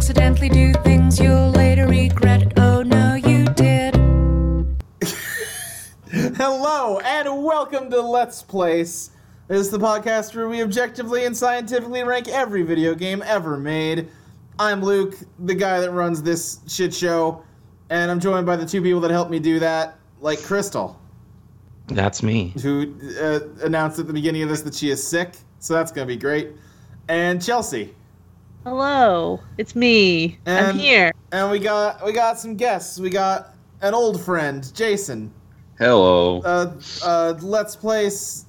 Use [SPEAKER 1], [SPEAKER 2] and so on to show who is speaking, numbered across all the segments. [SPEAKER 1] simply do things you'll later regret. Oh no, you did.
[SPEAKER 2] Hello and welcome to Let's Place. This is the podcast where we objectively and scientifically rank every video game ever made. I'm Luke, the guy that runs this shit show, and I'm joined by the two people that helped me do that, like Crystal,
[SPEAKER 3] That's me.
[SPEAKER 2] who uh, announced at the beginning of this that she is sick, so that's gonna be great, and Chelsea.
[SPEAKER 4] Hello, it's me. I'm
[SPEAKER 2] And-
[SPEAKER 4] here.
[SPEAKER 2] And we got we got some guests. We got an old friend, Jason,
[SPEAKER 3] Hello.
[SPEAKER 2] uh, uh, Let's Place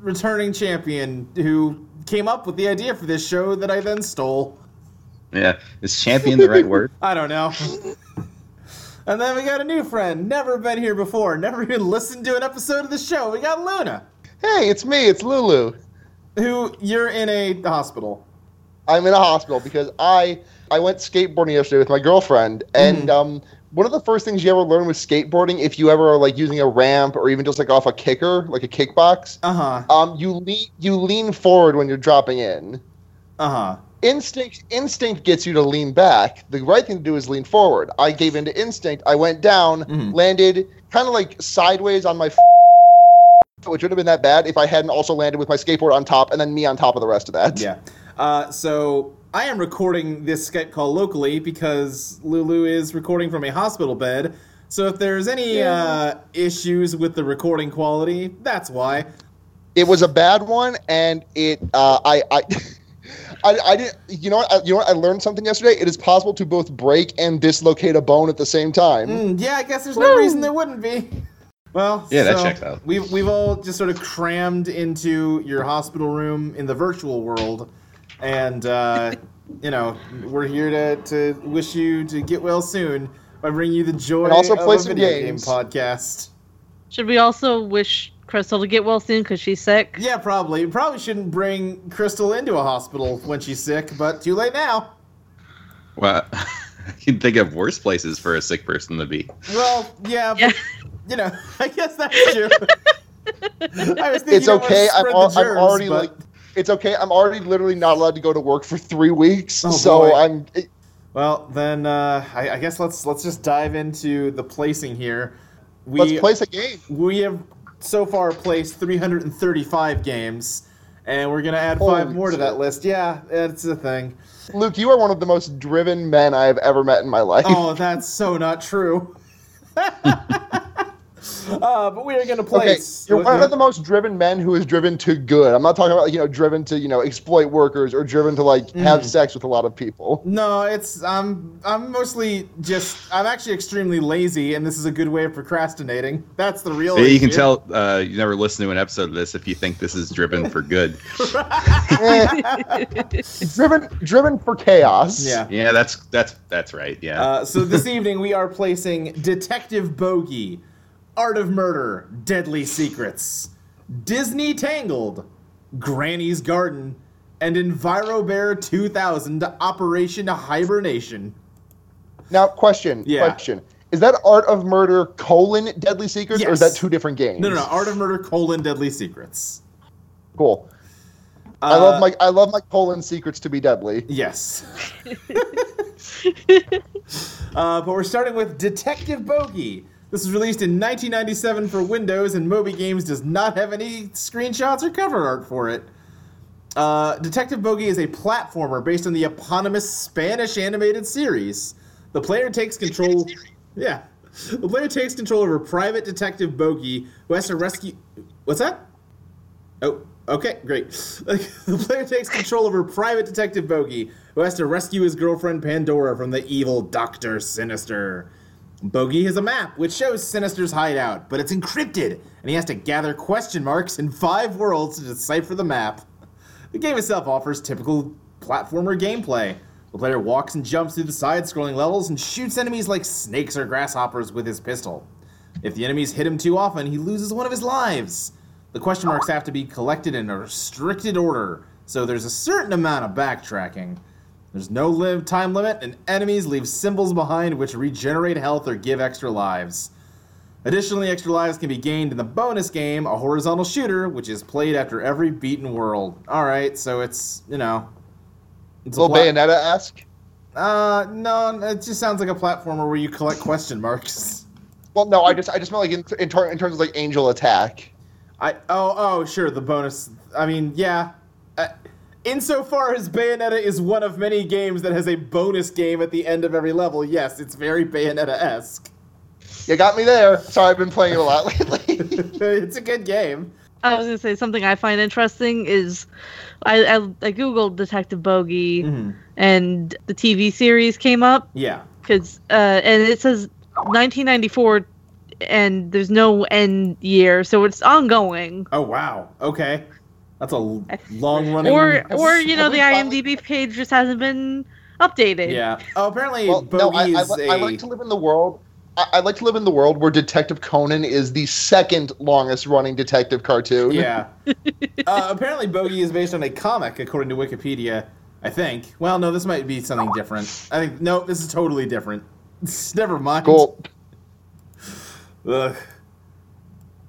[SPEAKER 2] returning champion who came up with the idea for this show that I then stole.
[SPEAKER 5] Yeah, is champion the right word?
[SPEAKER 2] I don't know. and then we got a new friend, never been here before, never even listened to an episode of the show. We got Luna,
[SPEAKER 6] Hey, it's me. It's Lulu.
[SPEAKER 2] who you're in a hospital.
[SPEAKER 6] I'm in a hospital because I I went skateboarding yesterday with my girlfriend, and um, one of the first things you ever learn with skateboarding, if you ever are like using a ramp or even just like off a kicker, like a kickbox,
[SPEAKER 2] Uh huh.
[SPEAKER 6] um, you lean you lean forward when you're dropping in.
[SPEAKER 2] Uh huh.
[SPEAKER 6] Instinct instinct gets you to lean back. The right thing to do is lean forward. I gave in to instinct. I went down,
[SPEAKER 2] Mhm.
[SPEAKER 6] landed kind of like sideways on my. F- which would have been that bad if I hadn't also landed with my skateboard on top and then me on top of the rest of that.
[SPEAKER 2] Yeah. Uh, so I am recording this Skype call locally because Lulu is recording from a hospital bed. So if there's any uh, issues with the recording quality, that's why.
[SPEAKER 6] it was a bad one, and it uh, I I. I, I did. You know what? I, you know what? I learned something yesterday. It is possible to both break and dislocate a bone at the same time.
[SPEAKER 2] Mm, yeah, I guess there's no reason there wouldn't be. Well,
[SPEAKER 5] Yeah, that
[SPEAKER 2] so
[SPEAKER 5] checks out.
[SPEAKER 2] We've we've all just sort of crammed into your hospital room in the virtual world, and uh, you know we're here to, to wish you to get well soon by bringing you the joy
[SPEAKER 6] And also
[SPEAKER 2] of
[SPEAKER 6] play
[SPEAKER 2] a
[SPEAKER 6] some
[SPEAKER 2] video
[SPEAKER 6] games.
[SPEAKER 2] game podcast.
[SPEAKER 4] Should we also wish Crystal to get well soon because she's sick?
[SPEAKER 2] Yeah, probably. You Probably shouldn't bring Crystal into a hospital when she's sick, but too late now.
[SPEAKER 5] Well, I can think of worse places for a sick person to be.
[SPEAKER 2] Well, yeah, but
[SPEAKER 4] Yeah.
[SPEAKER 2] you know, I guess that's true. I was thinking
[SPEAKER 6] it's
[SPEAKER 2] I wanna
[SPEAKER 6] okay. I'm,
[SPEAKER 2] spread
[SPEAKER 6] al-
[SPEAKER 2] the germs,
[SPEAKER 6] I'm already
[SPEAKER 2] but-
[SPEAKER 6] like. It's okay. I'm already literally not allowed to go to work for three weeks.
[SPEAKER 2] Oh,
[SPEAKER 6] so
[SPEAKER 2] boy.
[SPEAKER 6] I'm. It,
[SPEAKER 2] Well, then uh, I, I guess let's let's just dive into the placing here. We
[SPEAKER 6] let's place a game.
[SPEAKER 2] we have so far placed 335 games, and we're gonna add five
[SPEAKER 6] Holy
[SPEAKER 2] more to that
[SPEAKER 6] shit.
[SPEAKER 2] list. Yeah, it's a thing.
[SPEAKER 6] Luke, you are one of the most driven men I have ever met in my life.
[SPEAKER 2] Oh, that's so not true. uh, but we are gonna
[SPEAKER 6] okay,
[SPEAKER 2] place.
[SPEAKER 6] you're one of the most driven men who is driven to good. I'm not talking about you know driven to you know exploit workers or driven to like
[SPEAKER 2] Mm.
[SPEAKER 6] have sex with a lot of people.
[SPEAKER 2] no, it's I'm I'm mostly just I'm actually extremely lazy, and this is a good way of procrastinating. That's the real.
[SPEAKER 5] you can
[SPEAKER 2] issue.
[SPEAKER 5] tell uh, you never listened to an episode of this if you think this is driven for good.
[SPEAKER 6] Eh. driven driven for chaos.
[SPEAKER 2] Yeah.
[SPEAKER 5] yeah, that's that's that's right. Yeah.
[SPEAKER 2] Uh, so this evening we are placing Detective Bogey, Art of Murder, Deadly Secrets, Disney Tangled, Granny's Garden, and EnviroBear 2000 Operation Hibernation.
[SPEAKER 6] Now question.
[SPEAKER 2] Yeah.
[SPEAKER 6] Question. Is that Art of Murder colon Deadly Secrets or is
[SPEAKER 2] Yes.
[SPEAKER 6] that two different games?
[SPEAKER 2] No, no, no. Art of Murder colon Deadly Secrets.
[SPEAKER 6] Cool.
[SPEAKER 2] Uh,
[SPEAKER 6] I love my I love my colon secrets to be deadly.
[SPEAKER 2] Yes. uh, but we're starting with Detective Bogey. This was released in 1997 for Windows, and Moby Games does not have any screenshots or cover art for it. Uh, Detective Bogey is a platformer based on the eponymous Spanish animated series. The player takes control. Yeah, the player takes control over private detective Bogey, who has to rescue. What's that? Oh, okay, great. the player takes control over private detective Bogey, who has to rescue his girlfriend Pandora from the evil Doctor Sinister. Bogey has a map which shows Sinister's hideout, but it's encrypted, and he has to gather question marks in five worlds to decipher the map. The game itself offers typical platformer gameplay. The player walks and jumps through the side scrolling levels and shoots enemies like snakes or grasshoppers with his pistol. If the enemies hit him too often, he loses one of his lives. The question marks have to be collected in a restricted order, so there's a certain amount of backtracking. There's no live time limit, and enemies leave symbols behind which regenerate health or give extra lives. Additionally, extra lives can be gained in the bonus game, a horizontal shooter, which is played after every beaten world. All right, so it's you know, it's a
[SPEAKER 6] Little
[SPEAKER 2] plat-
[SPEAKER 6] Bayonetta esque.
[SPEAKER 2] Uh, no, it just sounds like a platformer where you collect question marks.
[SPEAKER 6] Well, no, I just I just meant like in in, ter- in terms of like angel attack.
[SPEAKER 2] I oh oh sure the bonus. I mean yeah. Uh, insofar as Bayonetta is one of many games that has a bonus game at the end of every level, yes, it's very Bayonetta esque.
[SPEAKER 6] You got me there. Sorry, I've been playing it a lot lately.
[SPEAKER 2] it's a good game.
[SPEAKER 4] I was gonna say something I find interesting is, I I, I googled Detective Bogey
[SPEAKER 6] Mm-hmm.
[SPEAKER 4] and the TV series came up
[SPEAKER 2] Yeah.
[SPEAKER 4] because uh, and it says 1994 and there's no end year, so it's ongoing.
[SPEAKER 2] Oh wow. Okay. That's a long running.
[SPEAKER 4] Or or you know
[SPEAKER 6] have
[SPEAKER 4] the
[SPEAKER 6] we finally-
[SPEAKER 4] IMDb page just hasn't been updated.
[SPEAKER 2] yeah. Oh, apparently
[SPEAKER 6] well,
[SPEAKER 2] Bogey
[SPEAKER 6] no, I, I,
[SPEAKER 2] is
[SPEAKER 6] li-
[SPEAKER 2] a
[SPEAKER 6] I like to live in the world. I, I like to live in the world where Detective Conan is the second longest running detective cartoon.
[SPEAKER 2] yeah. uh, apparently Bogey is based on a comic according to Wikipedia. I think. Well, no, this might be something different. I think no, this is totally different. Never mind.
[SPEAKER 6] Cool.
[SPEAKER 2] Ugh.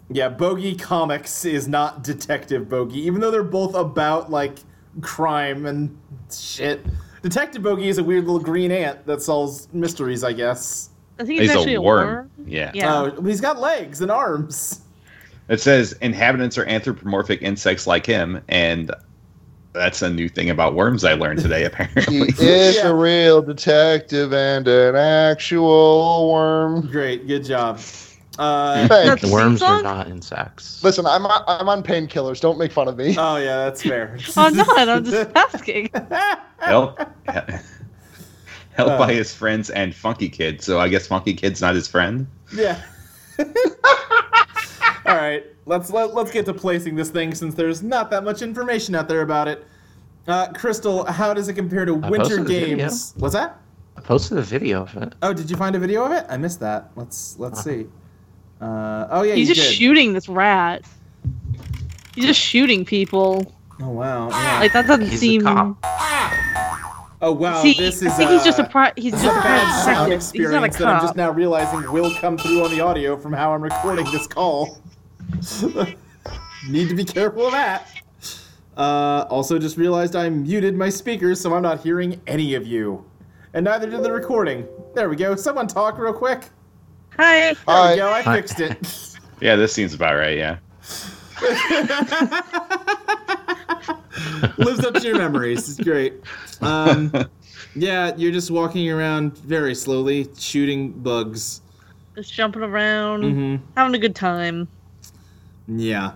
[SPEAKER 2] Yeah, Bogey Comics is not Detective Bogey, even though they're both about like crime and shit. Detective Bogey is a weird little green ant that solves mysteries, I guess.
[SPEAKER 4] I think
[SPEAKER 5] He's
[SPEAKER 4] it's actually
[SPEAKER 5] a worm. Yeah.
[SPEAKER 4] Yeah.
[SPEAKER 2] Uh, he's got legs and arms.
[SPEAKER 5] It says inhabitants are anthropomorphic insects like him, and that's a new thing about worms I learned today.
[SPEAKER 6] He
[SPEAKER 5] Apparently,
[SPEAKER 6] is
[SPEAKER 2] Yeah.
[SPEAKER 6] a real detective and an actual worm.
[SPEAKER 2] Great, good job. Uh,
[SPEAKER 6] Thanks.
[SPEAKER 4] The
[SPEAKER 3] Worms
[SPEAKER 4] song?
[SPEAKER 3] are not insects.
[SPEAKER 6] Listen, I'm on, I'm on painkillers. Don't make fun of me.
[SPEAKER 2] oh yeah, that's fair.
[SPEAKER 4] I'm not. Oh, I'm just asking.
[SPEAKER 5] helped, helped
[SPEAKER 2] Uh.
[SPEAKER 5] by his friends and Funky Kid. So I guess Funky Kid's not his friend.
[SPEAKER 2] yeah. All right, let's let, let's get to placing this thing since there's not that much information out there about it. Uh, Crystal, how does it compare to
[SPEAKER 3] I
[SPEAKER 2] Winter
[SPEAKER 3] posted the video.
[SPEAKER 2] Games? What's that?
[SPEAKER 3] I posted a video of it.
[SPEAKER 2] Oh, did you find a video of it? I missed that. Let's let's
[SPEAKER 3] Uh-huh.
[SPEAKER 2] see. Uh, oh yeah,
[SPEAKER 4] He's
[SPEAKER 2] you
[SPEAKER 4] just
[SPEAKER 2] did.
[SPEAKER 4] shooting this rat. He's just shooting people.
[SPEAKER 2] Oh wow. yeah.
[SPEAKER 4] Like that doesn't
[SPEAKER 3] He's
[SPEAKER 4] seem.
[SPEAKER 3] a cop.
[SPEAKER 2] Oh wow.
[SPEAKER 4] See,
[SPEAKER 2] this
[SPEAKER 4] I
[SPEAKER 2] is.
[SPEAKER 4] think he's just a
[SPEAKER 2] uh,
[SPEAKER 4] pri- he's
[SPEAKER 2] This
[SPEAKER 4] just
[SPEAKER 2] is
[SPEAKER 4] a
[SPEAKER 2] a bad sound
[SPEAKER 4] private detective. He's not a
[SPEAKER 2] experience that I'm just
[SPEAKER 4] cop.
[SPEAKER 2] now realizing will come through on the audio from how I'm recording this call. Need to be careful of that. Uh, also, just realized I muted my speakers, so I'm not hearing any of you. And neither did the recording. There we go. Someone talk real quick.
[SPEAKER 4] Hi.
[SPEAKER 2] There
[SPEAKER 6] Hi.
[SPEAKER 2] we go. I
[SPEAKER 3] Hi.
[SPEAKER 2] fixed it.
[SPEAKER 5] Yeah, this seems about right. Yeah.
[SPEAKER 2] Lives up to your memories. It's great. Um, yeah, you're just walking around very slowly, shooting bugs.
[SPEAKER 4] Just jumping around,
[SPEAKER 2] Mm-hmm.
[SPEAKER 4] having a good time.
[SPEAKER 2] Yeah.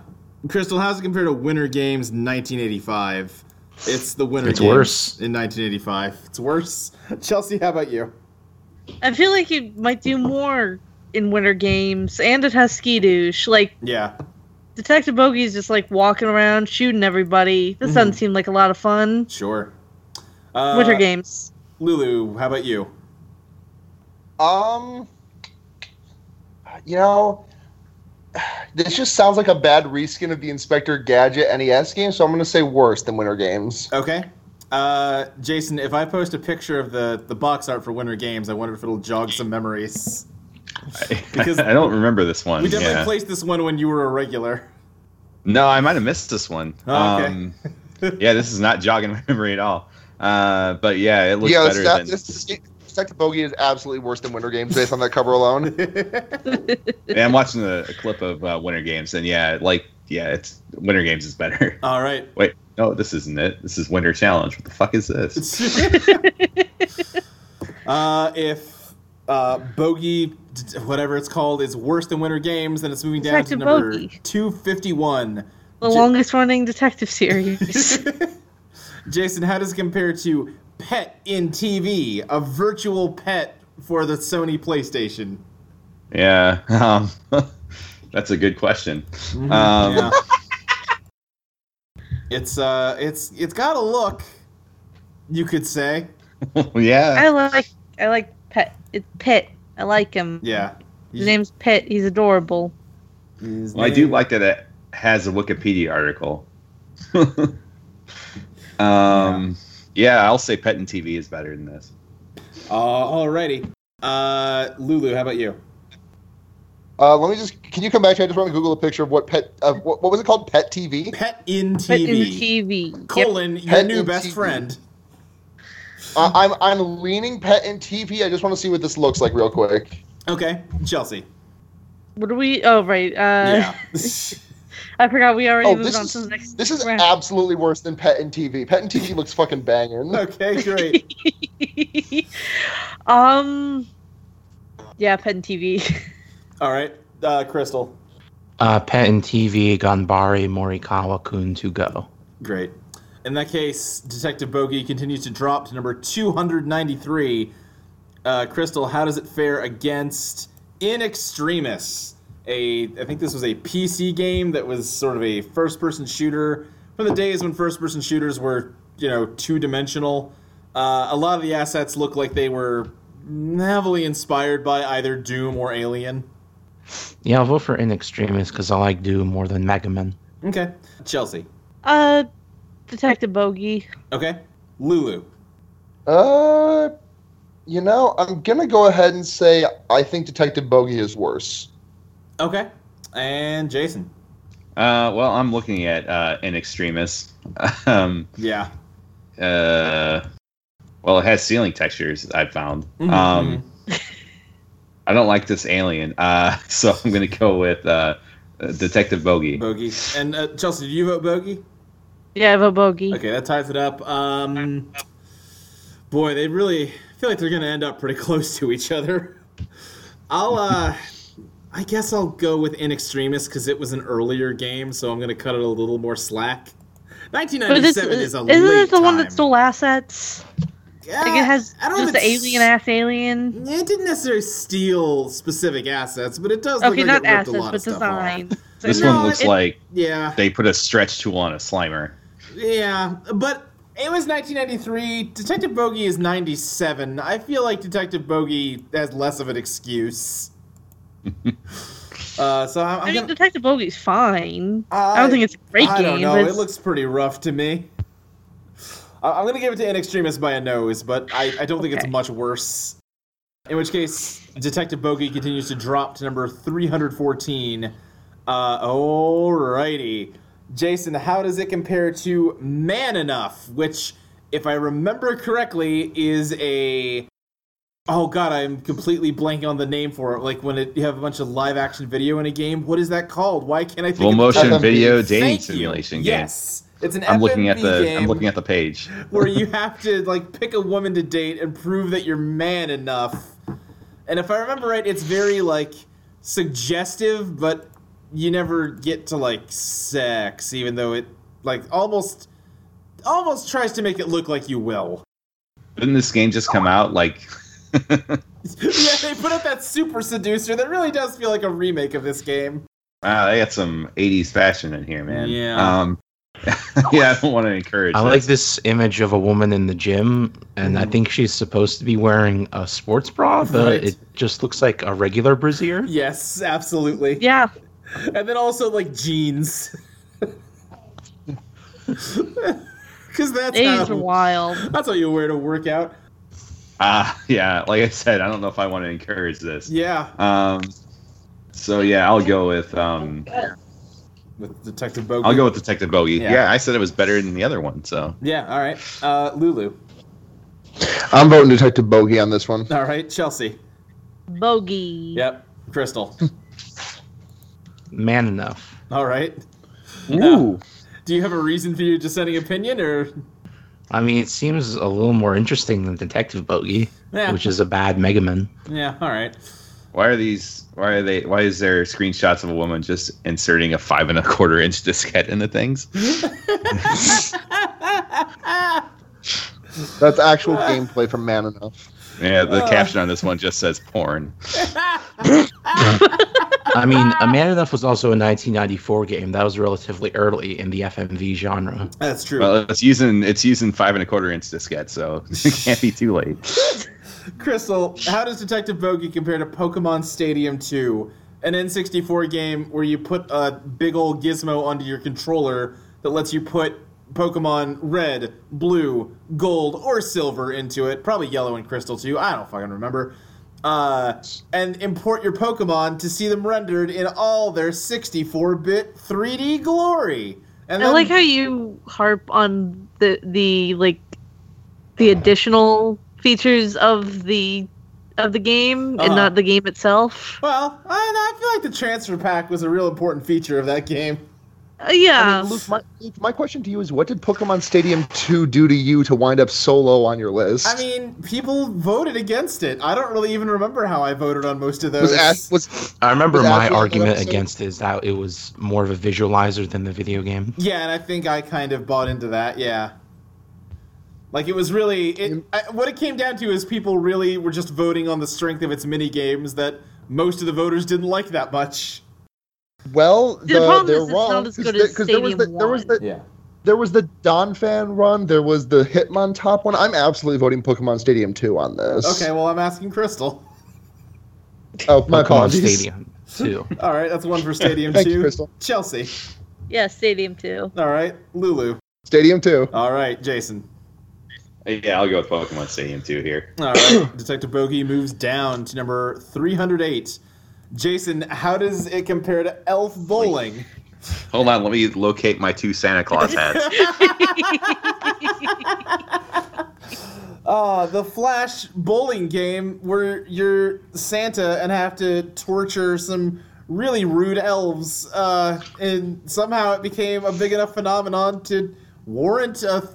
[SPEAKER 2] Crystal, how's it compare to Winter Games 1985? It's the Winter
[SPEAKER 3] It's
[SPEAKER 2] Games
[SPEAKER 3] worse.
[SPEAKER 2] in 1985. It's worse. Chelsea, how about you?
[SPEAKER 4] I feel like you might do more in winter games, and it has ski douche. Like
[SPEAKER 2] Yeah.
[SPEAKER 4] Detective Bogey's just like walking around shooting everybody. This doesn't seem like a lot of fun.
[SPEAKER 2] Sure. Mm-hmm. Uh,
[SPEAKER 4] winter games.
[SPEAKER 2] Lulu, how about you?
[SPEAKER 6] Um, you know, this just sounds like a bad reskin of the Inspector Gadget NES game, so I'm going to say worse than Winter Games.
[SPEAKER 2] Okay. Uh, Jason, if I post a picture of the, the box art for Winter Games, I wonder if it'll jog some memories.
[SPEAKER 5] I,
[SPEAKER 2] Because-
[SPEAKER 5] I don't remember this one.
[SPEAKER 2] We definitely
[SPEAKER 5] yeah.
[SPEAKER 2] placed this one when you were a regular.
[SPEAKER 5] No, I might have missed this one.
[SPEAKER 2] Oh, okay.
[SPEAKER 5] um, yeah, this is not jogging my memory at all. Uh, but yeah, it looks
[SPEAKER 6] Yeah,
[SPEAKER 5] better
[SPEAKER 6] this, that,
[SPEAKER 5] than.
[SPEAKER 6] this, Detective Bogey is absolutely worse than Winter Games based on that cover alone.
[SPEAKER 5] Yeah, I'm watching a, a clip of uh, Winter Games, and yeah, like yeah, it's Winter Games is better.
[SPEAKER 2] All right.
[SPEAKER 5] Wait, no, this isn't it. This is Winter Challenge. What the fuck is this?
[SPEAKER 2] uh, if uh, Bogey, d- whatever it's called, is worse than Winter Games, then it's moving down to
[SPEAKER 4] Detective
[SPEAKER 2] number
[SPEAKER 4] Bogey.
[SPEAKER 2] 251.
[SPEAKER 4] The
[SPEAKER 2] J-
[SPEAKER 4] longest running detective series.
[SPEAKER 2] Jason, how does it compare to Pet in TV, a virtual pet for the Sony PlayStation?
[SPEAKER 5] Yeah, um, that's a good question.
[SPEAKER 2] Mm-hmm.
[SPEAKER 5] Um,
[SPEAKER 2] Yeah. it's uh, it's it's got a look, you could say.
[SPEAKER 5] yeah.
[SPEAKER 4] I like I like Pet. It's Pit. I like him.
[SPEAKER 2] Yeah.
[SPEAKER 4] His name's Pit. He's adorable.
[SPEAKER 2] His
[SPEAKER 5] Well, I do
[SPEAKER 2] name-
[SPEAKER 5] like that it has a Wikipedia article. um, yeah. I'll say Pet and TV is better than this.
[SPEAKER 2] Uh, alrighty. Uh, Lulu, how about you?
[SPEAKER 6] Uh, let me just. Can you come back? to I just want to Google a picture of what pet. Of what, what was it called? Pet TV.
[SPEAKER 2] Pet in TV.
[SPEAKER 4] Pet in TV. Yep.
[SPEAKER 2] Colon, your
[SPEAKER 6] Pet
[SPEAKER 2] new
[SPEAKER 6] in
[SPEAKER 2] best
[SPEAKER 6] TV.
[SPEAKER 2] friend.
[SPEAKER 6] I, I'm I'm leaning pet and TP. I just want to see what this looks like real quick.
[SPEAKER 2] Okay, Chelsea.
[SPEAKER 4] What do we? Oh, right. Uh,
[SPEAKER 2] Yeah.
[SPEAKER 4] I forgot we already
[SPEAKER 6] Oh,
[SPEAKER 4] moved
[SPEAKER 6] this
[SPEAKER 4] on
[SPEAKER 6] is-
[SPEAKER 4] to the next.
[SPEAKER 6] This is
[SPEAKER 4] round.
[SPEAKER 6] absolutely worse than pet and TV. Pet and TV looks fucking banging.
[SPEAKER 2] okay, great.
[SPEAKER 4] um. Yeah, Penn TV.
[SPEAKER 2] All right, uh, Crystal.
[SPEAKER 3] Uh, Pet and TV, Ganbari, Morikawa, Kun to go.
[SPEAKER 2] Great. In that case, Detective Bogey continues to drop to number 293. Uh, Crystal, how does it fare against In Extremis? A, I think this was a PC game that was sort of a first-person shooter from the days when first-person shooters were, you know, two-dimensional. Uh, a lot of the assets look like they were heavily inspired by either Doom or Alien.
[SPEAKER 3] Yeah, I'll vote for In Extremis because I like Doom more than Mega Man.
[SPEAKER 2] Okay, Chelsea.
[SPEAKER 4] Uh, Detective Bogey.
[SPEAKER 2] Okay, Lulu.
[SPEAKER 6] Uh, you know, I'm gonna go ahead and say I think Detective Bogey is worse.
[SPEAKER 2] Okay, and Jason.
[SPEAKER 5] Uh, well, I'm looking at uh, an extremist. Um,
[SPEAKER 2] Yeah.
[SPEAKER 5] uh, well, it has ceiling textures I've found.
[SPEAKER 4] Mm-hmm.
[SPEAKER 2] Mhm,
[SPEAKER 5] Um, I don't like this alien, uh, so I'm going to go with uh, Detective
[SPEAKER 4] Mm-hmm.
[SPEAKER 5] Bogey.
[SPEAKER 2] Bogey. And uh, Chelsea, did you vote Bogey?
[SPEAKER 4] Yeah, I vote Bogey.
[SPEAKER 2] Okay, that ties it up. Um, boy, they really feel like they're going to end up pretty close to each other. I'll, uh, I guess I'll go with In Extremis because it was an earlier game, so I'm going to cut it a little more slack.
[SPEAKER 4] But this,
[SPEAKER 2] 1997 is a
[SPEAKER 4] isn't
[SPEAKER 2] late
[SPEAKER 4] it the one
[SPEAKER 2] time.
[SPEAKER 4] that stole assets?
[SPEAKER 2] Yeah,
[SPEAKER 4] Like it has
[SPEAKER 2] Uh, I don't know
[SPEAKER 4] just
[SPEAKER 2] if
[SPEAKER 4] the
[SPEAKER 2] it's-
[SPEAKER 4] alien ass alien.
[SPEAKER 2] Yeah, It didn't necessarily steal specific assets, but it does look
[SPEAKER 4] Okay,
[SPEAKER 2] like
[SPEAKER 4] not
[SPEAKER 2] it ripped a
[SPEAKER 4] assets,
[SPEAKER 2] lot
[SPEAKER 4] but
[SPEAKER 2] of stuff off.
[SPEAKER 4] design. So
[SPEAKER 5] This
[SPEAKER 2] No,
[SPEAKER 5] one looks
[SPEAKER 2] it-
[SPEAKER 5] like
[SPEAKER 2] Yeah.
[SPEAKER 5] they put a stretch tool on a Slimer.
[SPEAKER 2] Yeah, but it was 1993. Detective Bogey is 97. I feel like Detective Bogey has less of an excuse. uh, so I'm,
[SPEAKER 4] I
[SPEAKER 2] I'm
[SPEAKER 4] mean,
[SPEAKER 2] gonna.
[SPEAKER 4] Detective Bogey's fine. I, don't think it's a great
[SPEAKER 2] I
[SPEAKER 4] game.
[SPEAKER 2] don't know.
[SPEAKER 4] but
[SPEAKER 2] It looks pretty rough to me. I- I'm gonna give it to In Extremis by a nose, but I, I don't think it's
[SPEAKER 4] Okay.
[SPEAKER 2] much worse. In which case, Detective Bogey continues to drop to number 314. Uh, alrighty. Jason, how does it compare to Man Enough, which, if I remember correctly, is a. Oh god, I'm completely blanking on the name for it. Like when it, you have a bunch of live action video in a game. What is that called? Why can't I think
[SPEAKER 5] Full
[SPEAKER 2] of the
[SPEAKER 5] motion
[SPEAKER 6] FMV.
[SPEAKER 5] video
[SPEAKER 2] Thank
[SPEAKER 5] dating
[SPEAKER 2] you.
[SPEAKER 5] simulation game.
[SPEAKER 2] Yes, it's an.
[SPEAKER 5] I'm looking at
[SPEAKER 2] FMV
[SPEAKER 5] the
[SPEAKER 2] Game
[SPEAKER 5] I'm looking at the page.
[SPEAKER 2] where you have to like pick a woman to date and prove that you're man enough. And if I remember right, it's very like suggestive, but you never get to like sex, even though it like almost almost tries to make it look like you will.
[SPEAKER 5] Didn't this game just come out? Like,
[SPEAKER 2] yeah, they put up that super seducer that really does feel like a remake of this game.
[SPEAKER 5] wow, they got some '80s fashion in here, man.
[SPEAKER 2] Yeah.
[SPEAKER 5] Um, yeah, I don't want to encourage.
[SPEAKER 3] I
[SPEAKER 5] that.
[SPEAKER 3] like this image of a woman in the gym, and I think she's supposed to be wearing a sports bra, but
[SPEAKER 2] Mm. Right.
[SPEAKER 3] it just looks like a regular brassiere.
[SPEAKER 2] Yes, absolutely.
[SPEAKER 4] yeah,
[SPEAKER 2] And then also like jeans. Cause that's
[SPEAKER 4] these are
[SPEAKER 2] how,
[SPEAKER 4] wild.
[SPEAKER 2] that's how you wear to work out.
[SPEAKER 5] Ah, yeah. Like I said, I don't know if I want to encourage this.
[SPEAKER 2] Yeah.
[SPEAKER 5] Um, so yeah, I'll go with um,
[SPEAKER 2] With Detective Bogey.
[SPEAKER 5] I'll go with Detective Bogey.
[SPEAKER 2] Yeah.
[SPEAKER 5] Yeah. I said it was better than the other one. So
[SPEAKER 2] Yeah, all right. Uh, Lulu.
[SPEAKER 6] I'm voting Detective Bogey on this one.
[SPEAKER 2] All right, Chelsea.
[SPEAKER 4] Bogey.
[SPEAKER 2] Yep. Crystal.
[SPEAKER 3] Man enough.
[SPEAKER 2] All right.
[SPEAKER 6] Ooh.
[SPEAKER 2] Do you have a reason for your dissenting opinion or
[SPEAKER 3] I mean, it seems a little more interesting than Detective Bogey,
[SPEAKER 2] Yeah.
[SPEAKER 3] which is a bad Mega Man.
[SPEAKER 2] Yeah, all right.
[SPEAKER 5] why are these? Why are they? Why is there screenshots of a woman just inserting a five and a quarter inch diskette into things?
[SPEAKER 6] That's actual gameplay from Man Enough.
[SPEAKER 5] Yeah, the
[SPEAKER 2] Uh.
[SPEAKER 5] caption on this one just says porn.
[SPEAKER 3] I mean, A Man Enough was also a 1994 game that was relatively early in the FMV genre.
[SPEAKER 2] That's true.
[SPEAKER 5] Well, it's using it's using five and a quarter inch diskette, so it can't be too late.
[SPEAKER 2] Crystal, how does Detective Bogey compare to Pokemon Stadium 2, an N64 game where you put a big old gizmo onto your controller that lets you put Pokemon red, blue, gold, or silver into it? Probably yellow and crystal too. I don't fucking remember. Uh, and import your Pokemon to see them rendered in all their 64 bit 3D glory. And
[SPEAKER 4] I like how you harp on the the like the additional features of the of the game
[SPEAKER 2] Uh-huh.
[SPEAKER 4] and not the game itself.
[SPEAKER 2] Well, I, I feel like the transfer pack was a real important feature of that game.
[SPEAKER 4] Uh, yeah.
[SPEAKER 6] I mean, Luke, my, Luke, my question to you is what did Pokemon Stadium 2 do to you to wind up so low on your list?
[SPEAKER 2] I mean, people voted against it. I don't really even remember how I voted on most of those.
[SPEAKER 6] was asked, was,
[SPEAKER 3] I remember
[SPEAKER 6] Was that
[SPEAKER 3] my
[SPEAKER 6] the other
[SPEAKER 3] argument
[SPEAKER 6] episode?
[SPEAKER 3] against is that it was more of a visualizer than the video game.
[SPEAKER 2] yeah, and I think I kind of bought into that. Yeah. Like it was really it, I, what it came down to is people really were just voting on the strength of its mini games that most of the voters didn't like that much.
[SPEAKER 6] well, the,
[SPEAKER 4] The problem
[SPEAKER 6] they're
[SPEAKER 4] is it's
[SPEAKER 6] wrong.
[SPEAKER 4] not as
[SPEAKER 6] 'cause
[SPEAKER 4] good
[SPEAKER 6] the-
[SPEAKER 4] as
[SPEAKER 6] 'cause there was the,
[SPEAKER 4] Stadium
[SPEAKER 6] there was the,
[SPEAKER 2] Yeah.
[SPEAKER 6] there was the Donphan run, there was the Hitmon top one. I'm absolutely voting Pokemon Stadium 2 on this.
[SPEAKER 2] Okay, well I'm asking Crystal.
[SPEAKER 6] Oh, my
[SPEAKER 3] Pokemon
[SPEAKER 6] apologies.
[SPEAKER 3] Stadium too.
[SPEAKER 2] All right, that's one for Stadium
[SPEAKER 6] Thank
[SPEAKER 2] 2.
[SPEAKER 6] you, Crystal.
[SPEAKER 2] Chelsea.
[SPEAKER 4] yeah, Stadium 2.
[SPEAKER 2] All right, Lulu.
[SPEAKER 6] Stadium 2.
[SPEAKER 2] All right, Jason.
[SPEAKER 5] Yeah, I'll go with Pokemon Stadium 2 here.
[SPEAKER 2] All right, Detective Bogey moves down to number 308. Jason, how does it compare to Elf Bowling?
[SPEAKER 5] Hold on, let me locate my two Santa Claus hats.
[SPEAKER 2] Uh, the Flash bowling game where you're Santa and have to torture some really rude elves, uh, and somehow it became a big enough phenomenon to warrant a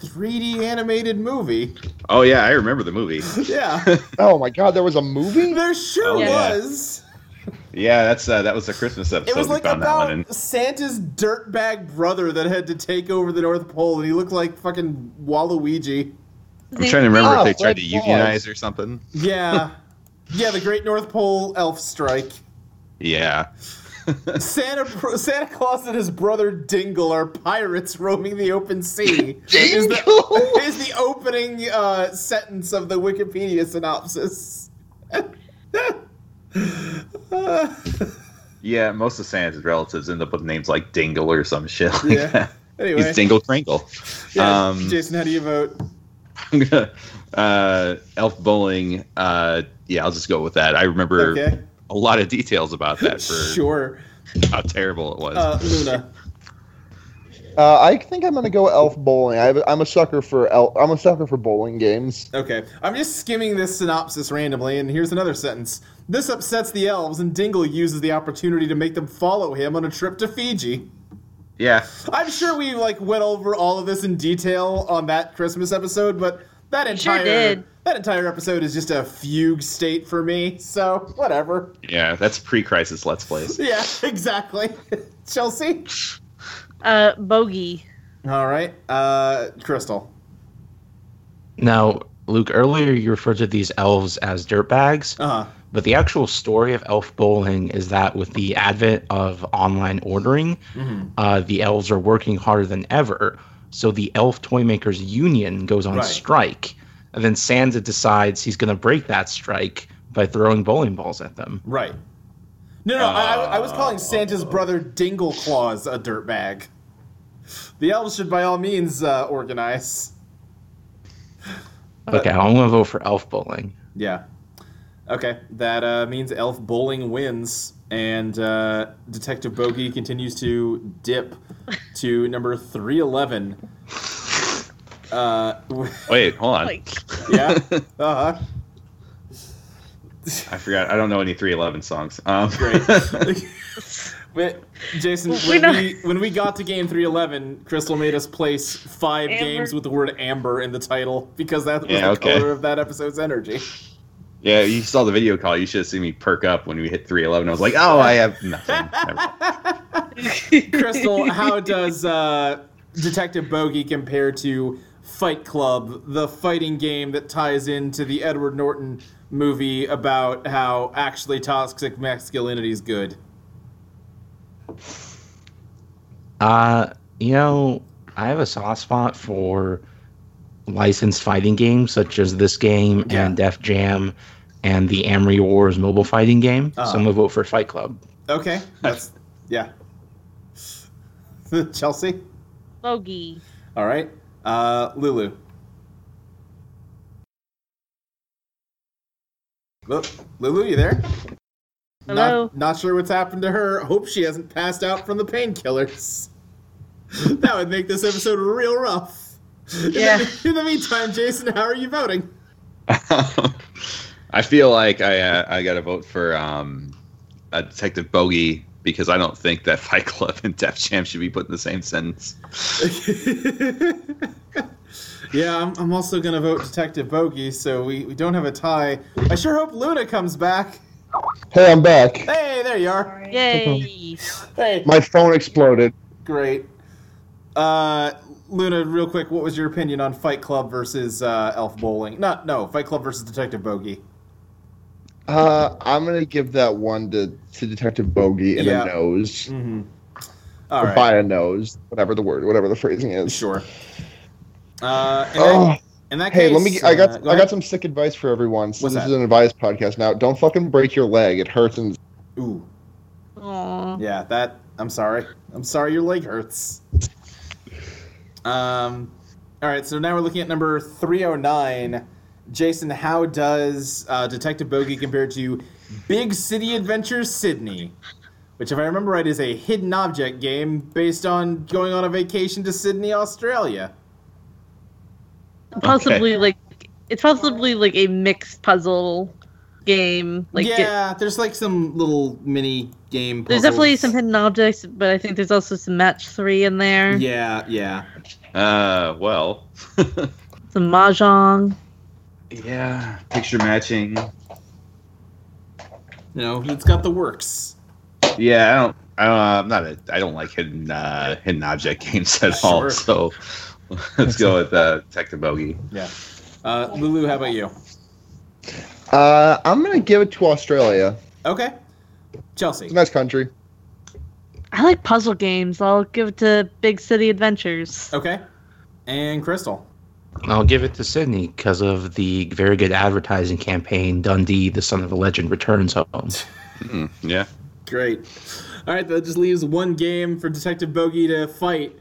[SPEAKER 2] 3D animated movie.
[SPEAKER 5] Oh yeah, I remember the movie.
[SPEAKER 2] Yeah,
[SPEAKER 6] Oh my god, there was a movie?
[SPEAKER 2] there sure
[SPEAKER 5] Oh, yeah.
[SPEAKER 2] was.
[SPEAKER 5] Yeah, that's uh, that was the Christmas episode.
[SPEAKER 2] It was
[SPEAKER 5] we
[SPEAKER 2] like
[SPEAKER 5] found that one in.
[SPEAKER 2] about Santa's dirtbag brother that had to take over the North Pole, and he looked like fucking Waluigi.
[SPEAKER 5] I'm trying to remember
[SPEAKER 6] Ah,
[SPEAKER 5] if they tried
[SPEAKER 6] Fred
[SPEAKER 5] to
[SPEAKER 6] Claus.
[SPEAKER 5] unionize or something.
[SPEAKER 2] Yeah, yeah, the Great North Pole Elf Strike.
[SPEAKER 5] Yeah.
[SPEAKER 2] Santa Santa Claus and his brother Dingle are pirates roaming the open sea. Is the, is the opening uh, sentence of the Wikipedia synopsis. Uh,
[SPEAKER 5] Yeah, most of Santa's relatives end up with names like Dingle or some shit. Like
[SPEAKER 2] yeah.
[SPEAKER 5] that.
[SPEAKER 2] Anyway,
[SPEAKER 5] He's Dingle Kringle.
[SPEAKER 2] yeah.
[SPEAKER 5] um,
[SPEAKER 2] Jason, how do you vote?
[SPEAKER 5] I'm gonna uh, Elf Bowling. Uh, yeah, I'll just go with that. I remember
[SPEAKER 2] Okay,
[SPEAKER 5] a lot of details about that for
[SPEAKER 2] sure.
[SPEAKER 5] how terrible it was.
[SPEAKER 2] Uh, Luna.
[SPEAKER 6] Uh, I think I'm gonna go Elf Bowling. I, I'm a sucker for elf, I'm a sucker for bowling games.
[SPEAKER 2] Okay, I'm just skimming this synopsis randomly, and here's another sentence. This upsets the elves, and Dingle uses the opportunity to make them follow him on a trip to Fiji.
[SPEAKER 5] yeah,
[SPEAKER 2] I'm sure we like went over all of this in detail on that Christmas episode, but that
[SPEAKER 4] sure
[SPEAKER 2] entire
[SPEAKER 4] did.
[SPEAKER 2] that entire episode is just a fugue state for me. So whatever.
[SPEAKER 5] yeah, that's pre-crisis Let's Plays.
[SPEAKER 2] Yeah, exactly. Chelsea.
[SPEAKER 4] Uh, Bogey.
[SPEAKER 2] All right, uh, Crystal.
[SPEAKER 3] Now, Luke, earlier you referred to these elves as dirtbags,
[SPEAKER 2] Uh huh.
[SPEAKER 3] but the actual story of elf bowling is that with the advent of online ordering,
[SPEAKER 2] Mm-hmm.
[SPEAKER 3] uh, the elves are working harder than ever. So the Elf Toy Makers Union goes on
[SPEAKER 2] Right.
[SPEAKER 3] strike, and then Sansa decides he's going to break that strike by throwing bowling balls at them.
[SPEAKER 2] Right. No, no, I, I- I was calling Santa's brother Dingle Claus a dirtbag. The elves should, by all means, uh, organize.
[SPEAKER 3] Okay, I'm going to vote for elf bowling.
[SPEAKER 2] Yeah. Okay, that uh, means Elf Bowling wins, and uh, Detective Bogey continues to dip to number 311. Uh,
[SPEAKER 5] Wait, hold on.
[SPEAKER 4] Like,
[SPEAKER 2] yeah. Uh huh.
[SPEAKER 5] I forgot. I don't know any 311 songs. Um,
[SPEAKER 2] Great. Wait, Jason,
[SPEAKER 4] We're
[SPEAKER 2] when
[SPEAKER 4] not-
[SPEAKER 2] we, when we got to game 311, Crystal made us place five
[SPEAKER 4] Amber.
[SPEAKER 2] games with the word amber in the title because that was
[SPEAKER 5] Yeah,
[SPEAKER 2] the
[SPEAKER 5] okay.
[SPEAKER 2] color of that episode's energy.
[SPEAKER 5] yeah, you saw the video call. You should have seen me perk up when we hit 311. I was like, oh, I have nothing. Never mind.
[SPEAKER 2] Crystal, how does uh, Detective Bogey compare to Fight Club, the fighting game that ties into the Edward Norton movie about how actually toxic masculinity is good?
[SPEAKER 3] Uh, you know, I have a soft spot for licensed fighting games such as this game
[SPEAKER 2] Yeah.
[SPEAKER 3] and Def Jam and the Amry Wars mobile fighting game.
[SPEAKER 2] Uh-huh.
[SPEAKER 3] So I'm gonna vote for Fight Club.
[SPEAKER 2] Okay, that's yeah. Chelsea,
[SPEAKER 4] Bogey.
[SPEAKER 2] all right. Uh, Lulu. Lu- Lulu, you there?
[SPEAKER 4] Hello?
[SPEAKER 2] Not, not sure what's happened to her. Hope she hasn't passed out from the painkillers. that would make this episode real rough.
[SPEAKER 4] Yeah.
[SPEAKER 2] In the meantime, Jason, how are you voting?
[SPEAKER 5] I feel like I uh, I got to vote for um, a Detective Bogey because I don't think that Fight Club and Def Jam should be put in the same sentence.
[SPEAKER 2] yeah, I'm, I'm also going to vote Detective Bogey, so we, we don't have a tie. I sure hope Luna comes back.
[SPEAKER 6] Hey, I'm back.
[SPEAKER 2] Hey, there you are.
[SPEAKER 4] Yay.
[SPEAKER 2] Hey.
[SPEAKER 6] My phone exploded.
[SPEAKER 2] Great. Uh, Luna, real quick, what was your opinion on Fight Club versus uh, Elf Bowling? Not no, Fight Club versus Detective Bogey.
[SPEAKER 6] Uh, I'm gonna give that one to, to Detective Bogey and
[SPEAKER 2] Yeah.
[SPEAKER 6] a nose,
[SPEAKER 2] Mm-hmm.
[SPEAKER 6] or
[SPEAKER 2] All right,
[SPEAKER 6] by a nose, whatever the word, whatever the phrasing is.
[SPEAKER 2] sure. Uh, in,
[SPEAKER 6] Oh,
[SPEAKER 2] that, in that
[SPEAKER 6] hey,
[SPEAKER 2] case,
[SPEAKER 6] let me. I
[SPEAKER 2] uh,
[SPEAKER 6] got
[SPEAKER 2] go
[SPEAKER 6] I
[SPEAKER 2] ahead.
[SPEAKER 6] got some sick advice for everyone. Since
[SPEAKER 2] What's
[SPEAKER 6] this
[SPEAKER 2] that?
[SPEAKER 6] is an advice podcast now, don't fucking break your leg. It hurts and
[SPEAKER 2] Ooh,
[SPEAKER 4] Aw.
[SPEAKER 2] yeah, that. I'm sorry. I'm sorry. Your leg hurts. Um, all right. So now we're looking at number three hundred nine. Jason, how does uh, Detective Bogey compare to Big City Adventures Sydney? Which, if I remember right, is a hidden object game based on going on a vacation to Sydney, Australia.
[SPEAKER 4] Possibly like it's possibly like a mixed puzzle game. Like it-
[SPEAKER 2] yeah, there's like some little mini game.
[SPEAKER 4] there's definitely
[SPEAKER 2] puzzles.
[SPEAKER 4] some hidden objects, but I think there's also some match three in there.
[SPEAKER 2] Yeah, yeah.
[SPEAKER 5] Uh, well,
[SPEAKER 4] Some mahjong.
[SPEAKER 5] yeah, picture matching.
[SPEAKER 2] You know, it's got the works.
[SPEAKER 5] Yeah, I don't. I don't, I'm not a. I don't like hidden uh, hidden object games at
[SPEAKER 2] Sure.
[SPEAKER 5] all. So let's go with uh, Detective Bogey.
[SPEAKER 2] Yeah. Uh, Lulu, how about you?
[SPEAKER 6] Uh, I'm gonna give it to Australia.
[SPEAKER 2] Okay. Chelsea.
[SPEAKER 6] It's a nice country.
[SPEAKER 4] I like puzzle games. I'll give it to Big City Adventures.
[SPEAKER 2] Okay. And Crystal.
[SPEAKER 3] I'll give it to Sydney because of the very good advertising campaign Dundee, the son of a legend, returns home.
[SPEAKER 5] Mm, yeah.
[SPEAKER 2] Great. All right, that just leaves one game for Detective Bogey to fight.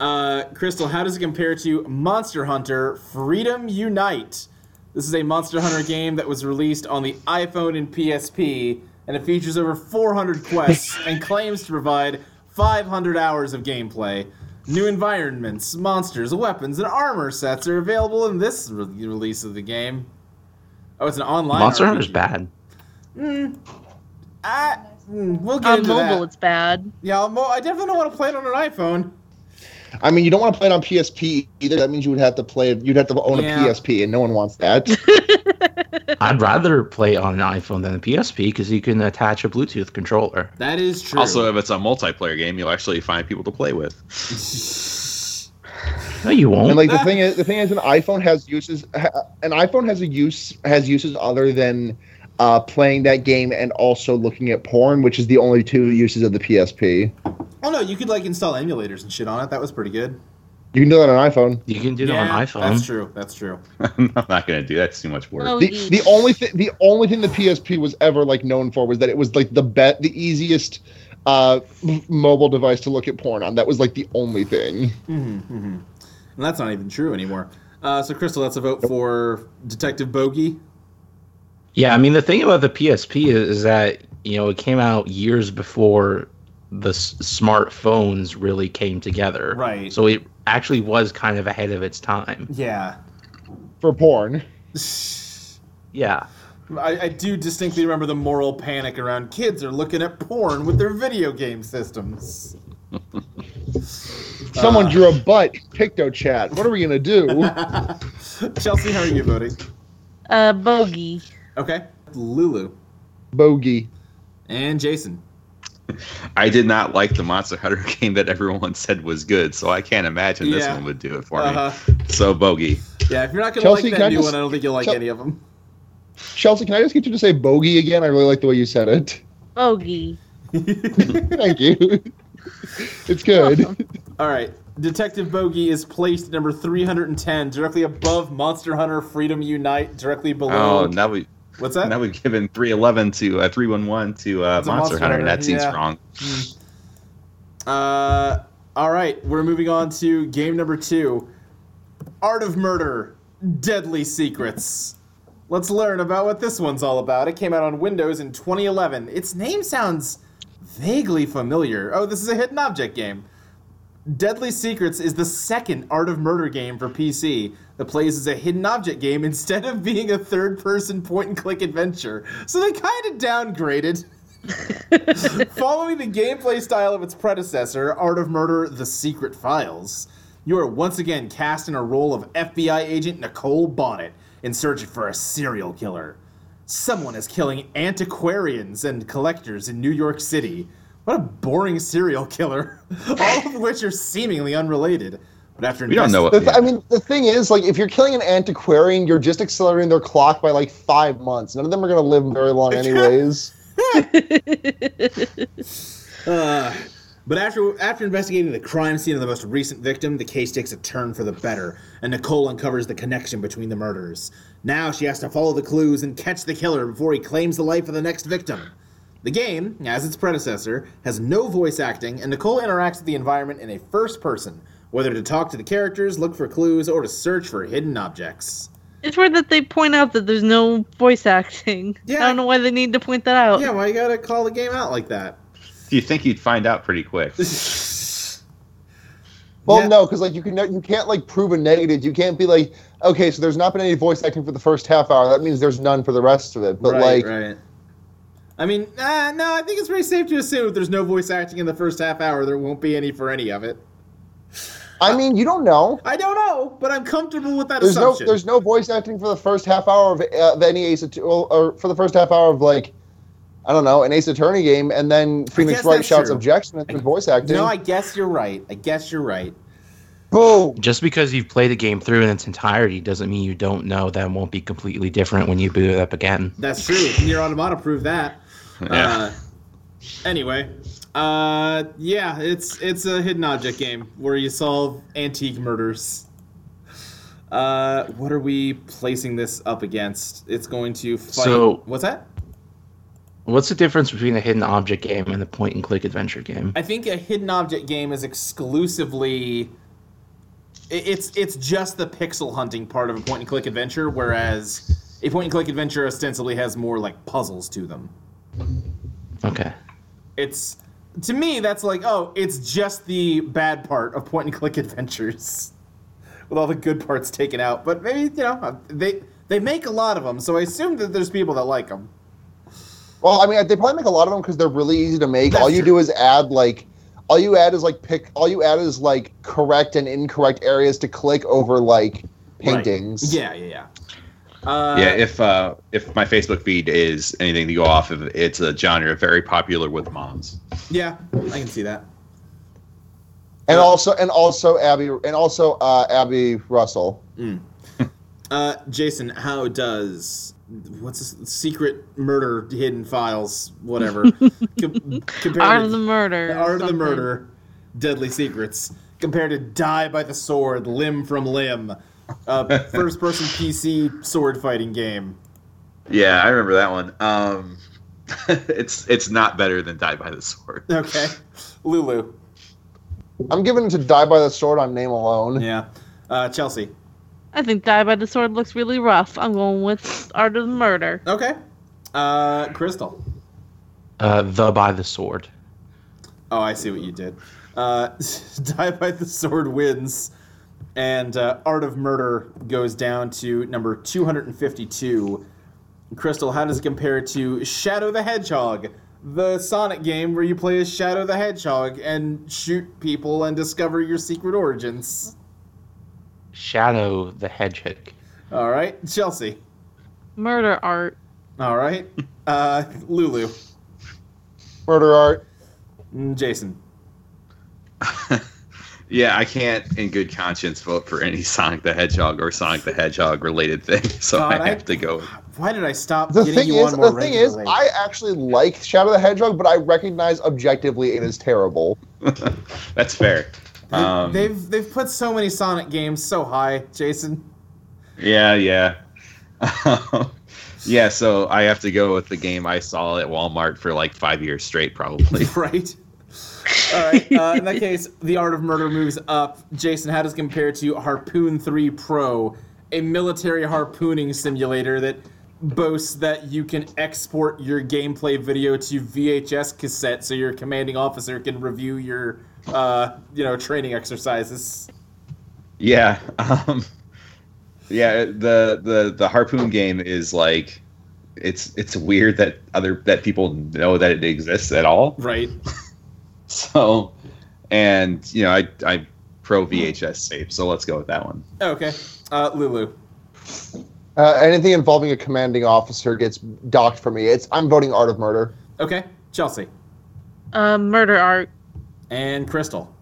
[SPEAKER 2] Uh, Crystal, how does it compare to Monster Hunter Freedom Unite? This is a Monster Hunter game that was released on the iPhone and PSP, and it features over 400 quests and claims to provide 500 hours of gameplay. New environments, monsters, weapons, and armor sets are available in this re- release of the game. Oh, it's an online.
[SPEAKER 3] Monster
[SPEAKER 2] RPG.
[SPEAKER 3] Hunter's bad.
[SPEAKER 2] I, mm, we'll get
[SPEAKER 4] On
[SPEAKER 2] into
[SPEAKER 4] mobile,
[SPEAKER 2] that.
[SPEAKER 4] it's bad.
[SPEAKER 2] Yeah, I'm- I definitely don't want to play it on an iPhone.
[SPEAKER 6] I mean, you don't want to play it on PSP either. That means you would have to play it. You'd have to own
[SPEAKER 2] Yeah.
[SPEAKER 6] a PSP, and no one wants that.
[SPEAKER 3] I'd rather play on an iPhone than a PSP because you can attach a Bluetooth controller.
[SPEAKER 2] That is true.
[SPEAKER 5] Also, if it's a multiplayer game, you'll actually find people to play with.
[SPEAKER 3] No, you won't.
[SPEAKER 6] And like the thing is, the thing is, an iPhone has uses. Ha, an iPhone has a use has uses other than uh, playing that game and also looking at porn, which is the only two uses of the PSP.
[SPEAKER 2] oh no, you could like install emulators and shit on it. That was pretty good.
[SPEAKER 6] You can do that on iPhone.
[SPEAKER 3] you can do it
[SPEAKER 2] Yeah,
[SPEAKER 3] on iPhone.
[SPEAKER 2] That's true. That's true.
[SPEAKER 5] I'm not going to do that. It's too much work.
[SPEAKER 4] Oh,
[SPEAKER 6] The,
[SPEAKER 4] yeet.
[SPEAKER 6] the only thi- the only thing the PSP was ever like known for was that it was like the bet the easiest uh, m- mobile device to look at porn on. That was like the only thing.
[SPEAKER 2] hmm hmm And that's not even true anymore. Uh, so, Crystal, that's a vote for Detective Bogey.
[SPEAKER 3] Yeah, I mean the thing about the PSP is, is that you know it came out years before the s- smartphones really came together.
[SPEAKER 2] Right.
[SPEAKER 3] So it actually was kind of ahead of its time.
[SPEAKER 2] Yeah.
[SPEAKER 6] for porn.
[SPEAKER 3] Yeah.
[SPEAKER 2] I, I do distinctly remember the moral panic around kids are looking at porn with their video game systems.
[SPEAKER 6] Someone
[SPEAKER 2] Uh.
[SPEAKER 6] drew a butt Picto chat. What are we gonna do?
[SPEAKER 2] Chelsea, how are you voting?
[SPEAKER 4] uh, bogey.
[SPEAKER 2] Okay. Lulu
[SPEAKER 6] Bogey.
[SPEAKER 2] and Jason.
[SPEAKER 5] I did not like the Monster Hunter game that everyone said was good, so I can't imagine this
[SPEAKER 2] Yeah.
[SPEAKER 5] one would do it for
[SPEAKER 2] Uh-huh.
[SPEAKER 5] me. So Bogey.
[SPEAKER 2] Yeah, if you're not gonna
[SPEAKER 6] Chelsea,
[SPEAKER 2] like
[SPEAKER 6] can
[SPEAKER 2] that
[SPEAKER 6] I
[SPEAKER 2] new
[SPEAKER 6] just-
[SPEAKER 2] one, I don't think you'll like
[SPEAKER 6] Chel-
[SPEAKER 2] any of them.
[SPEAKER 6] Chelsea, can I just get you to say bogey again? I really like the way you said it.
[SPEAKER 4] Bogey.
[SPEAKER 6] Thank you. it's good.
[SPEAKER 2] All right. Detective Bogey is placed at number 310, directly above Monster Hunter Freedom Unite, directly below.
[SPEAKER 5] Oh, now we
[SPEAKER 2] What's that?
[SPEAKER 5] now we've given 311 to uh, 311 to uh,
[SPEAKER 2] It's a
[SPEAKER 5] Monster,
[SPEAKER 2] Monster
[SPEAKER 5] Hunter, and
[SPEAKER 2] Hunter,
[SPEAKER 5] that seems
[SPEAKER 2] yeah.
[SPEAKER 5] wrong.
[SPEAKER 2] Uh, all right. We're moving on to game number two Art of Murder Deadly Secrets. Let's learn about what this one's all about. It came out on Windows in 2011. Its name sounds vaguely familiar. Oh, this is a hidden object game. Deadly Secrets is the second Art of Murder game for PC that plays as a hidden object game instead of being a third person point and click adventure. So they kind of downgraded. Following the gameplay style of its predecessor, Art of Murder The Secret Files, you are once again cast in a role of FBI agent Nicole Bonnet in search for a serial killer. Someone is killing antiquarians and collectors in New York City. What a boring serial killer. All of which are seemingly unrelated. But after
[SPEAKER 5] We don't know what.
[SPEAKER 6] The th- I
[SPEAKER 5] yeah.
[SPEAKER 6] mean, the thing is, like, if you're killing an antiquarian, you're just accelerating their clock by like five months. None of them are going to live very long, anyways.
[SPEAKER 2] Uh, but after after investigating the crime scene of the most recent victim, the case takes a turn for the better, and Nicole uncovers the connection between the murders. Now she has to follow the clues and catch the killer before he claims the life of the next victim. The game, as its predecessor, has no voice acting, and Nicole interacts with the environment in a first person, whether to talk to the characters, look for clues, or to search for hidden objects.
[SPEAKER 4] It's weird that they point out that there's no voice acting.
[SPEAKER 2] Yeah.
[SPEAKER 4] I don't know why they need to point that out.
[SPEAKER 2] Yeah, why you gotta call the game out like that?
[SPEAKER 5] Do you think you'd find out pretty quick?
[SPEAKER 2] Uh,
[SPEAKER 6] Well,
[SPEAKER 2] Yeah.
[SPEAKER 6] no, because like you can you can't like prove a negative. You can't be like, okay, so there's not been any voice acting for the first half hour. That means there's none for the rest of it. But
[SPEAKER 2] right,
[SPEAKER 6] like,
[SPEAKER 2] right. I mean, uh, no, I think it's pretty safe to assume if there's no voice acting in the first half hour, there won't be any for any of it.
[SPEAKER 6] I mean, you don't know.
[SPEAKER 2] I don't know, but I'm comfortable with that
[SPEAKER 6] There's no
[SPEAKER 2] assumption.
[SPEAKER 6] there's no voice acting for the first half hour of, uh, of any Ace Attorney, or for the first half hour of like, I don't know, an Ace Attorney game, and then Phoenix
[SPEAKER 2] guess
[SPEAKER 6] Wright
[SPEAKER 2] that's
[SPEAKER 6] shouts
[SPEAKER 2] true.
[SPEAKER 6] objection and it's been voice acting.
[SPEAKER 2] no, I guess you're right. I guess you're right.
[SPEAKER 6] Boom.
[SPEAKER 3] Just because you've played a game through in its entirety doesn't mean you don't know that it won't be completely different when you boot it up again.
[SPEAKER 2] That's true. Near Automata proved that.
[SPEAKER 5] yeah.
[SPEAKER 2] Uh, anyway, uh, yeah, it's it's a hidden object game where you solve antique murders. Uh, what are we placing this up against? It's going to fight.
[SPEAKER 3] So-
[SPEAKER 2] what's that?
[SPEAKER 3] What's the difference between a hidden object game and a point and click adventure game?
[SPEAKER 2] I think a hidden object game is exclusively i- it's it's just the pixel hunting part of a point and click adventure, whereas a point and click adventure ostensibly has more like puzzles to them.
[SPEAKER 3] Okay.
[SPEAKER 2] It's to me that's like oh, it's just the bad part of point and click adventures, with all the good parts taken out. But maybe you know uh, they they make a lot of them, so I assume that there's people that like them.
[SPEAKER 6] Well, I mean, they probably make a lot of them because they're really easy to make.
[SPEAKER 2] That's
[SPEAKER 6] all you
[SPEAKER 2] true.
[SPEAKER 6] do is add like, all you add is like pick. All you add is like correct and incorrect areas to click over like paintings.
[SPEAKER 2] Yeah, yeah, yeah. Uh,
[SPEAKER 5] yeah, if uh, if my Facebook feed is anything to go off of, it's a genre very popular with moms.
[SPEAKER 2] yeah, I can see that.
[SPEAKER 6] And also, and also Abby, and also uh, Abby Russell.
[SPEAKER 2] Uh, Jason, how does what's this, secret murder hidden files whatever com- compared
[SPEAKER 4] Art
[SPEAKER 2] to
[SPEAKER 4] of the murder. or
[SPEAKER 2] Art of the
[SPEAKER 4] something.
[SPEAKER 2] murder deadly secrets compared to die by the sword limb from limb uh, first person PC sword fighting game
[SPEAKER 5] Yeah, I remember that one. Um, it's it's not better than Die by the Sword.
[SPEAKER 2] okay Lulu
[SPEAKER 6] I'm giving it to Die by the Sword on name alone.
[SPEAKER 2] yeah uh, Chelsea
[SPEAKER 4] I think Die by the Sword looks really rough. I'm going with Art of the Murder.
[SPEAKER 2] okay uh, Crystal
[SPEAKER 3] Uh, the by the sword.
[SPEAKER 2] Oh, I see what you did. Uh, Die by the Sword wins, and uh, Art of Murder goes down to number 252. Crystal, how does it compare to Shadow the Hedgehog, the Sonic game where you play as Shadow the Hedgehog and shoot people and discover your secret origins?
[SPEAKER 3] Shadow the Hedgehog.
[SPEAKER 2] All right, Chelsea.
[SPEAKER 4] Murder art.
[SPEAKER 2] All right, uh, Lulu,
[SPEAKER 6] Murder Art.
[SPEAKER 2] Mm, Jason.
[SPEAKER 5] Yeah, I can't in good conscience vote for any Sonic the Hedgehog or Sonic the Hedgehog related thing, so
[SPEAKER 2] God, I-
[SPEAKER 5] I have to go.
[SPEAKER 2] Why did I stop
[SPEAKER 6] The
[SPEAKER 2] getting
[SPEAKER 6] thing
[SPEAKER 2] you
[SPEAKER 6] is,
[SPEAKER 2] on more
[SPEAKER 6] the thing is,
[SPEAKER 2] regularly?
[SPEAKER 6] I actually like Shadow the Hedgehog, but I recognize objectively it is terrible.
[SPEAKER 5] That's fair.
[SPEAKER 2] They-
[SPEAKER 5] Um,
[SPEAKER 2] they've they've put so many Sonic games so high, Jason.
[SPEAKER 5] Yeah, yeah. yeah, so I have to go with the game I saw at Walmart for like five years straight, probably.
[SPEAKER 2] Right. All right. Uh, in that case, the Art of Murder moves up. Jason, how does it compare to Harpoon 3 Pro, a military harpooning simulator that boasts that you can export your gameplay video to VHS cassette so your commanding officer can review your uh, you know, training exercises.
[SPEAKER 5] Yeah. Um, yeah, the the the harpoon game is like it's it's weird that other that people know that it exists at all.
[SPEAKER 2] Right.
[SPEAKER 5] So and you know, I I pro VHS save, so let's go with that one.
[SPEAKER 2] Okay. Uh, Lulu.
[SPEAKER 6] Uh, anything involving a commanding officer gets docked for me. It's I'm voting Art of Murder.
[SPEAKER 2] Okay. Chelsea.
[SPEAKER 4] Uh, murder art.
[SPEAKER 2] And Crystal.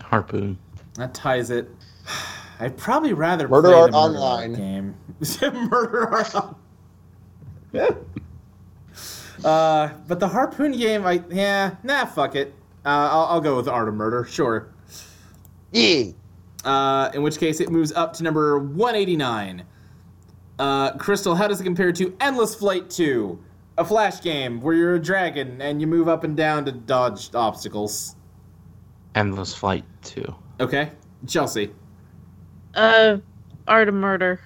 [SPEAKER 3] Harpoon.
[SPEAKER 2] That ties it. I'd probably rather
[SPEAKER 6] Murder
[SPEAKER 2] play
[SPEAKER 6] Art
[SPEAKER 2] the murder
[SPEAKER 6] Online.
[SPEAKER 2] Art game. murder art. On- uh, but the harpoon game, I yeah, nah, fuck it. Uh, I'll, I'll go with Art of Murder, sure.
[SPEAKER 6] Yeah.
[SPEAKER 2] Uh, in which case, it moves up to number 189. Uh, Crystal, how does it compare to Endless Flight 2, a flash game where you're a dragon and you move up and down to dodge obstacles?
[SPEAKER 3] Endless Flight 2.
[SPEAKER 2] Okay, Chelsea,
[SPEAKER 4] Uh, art of murder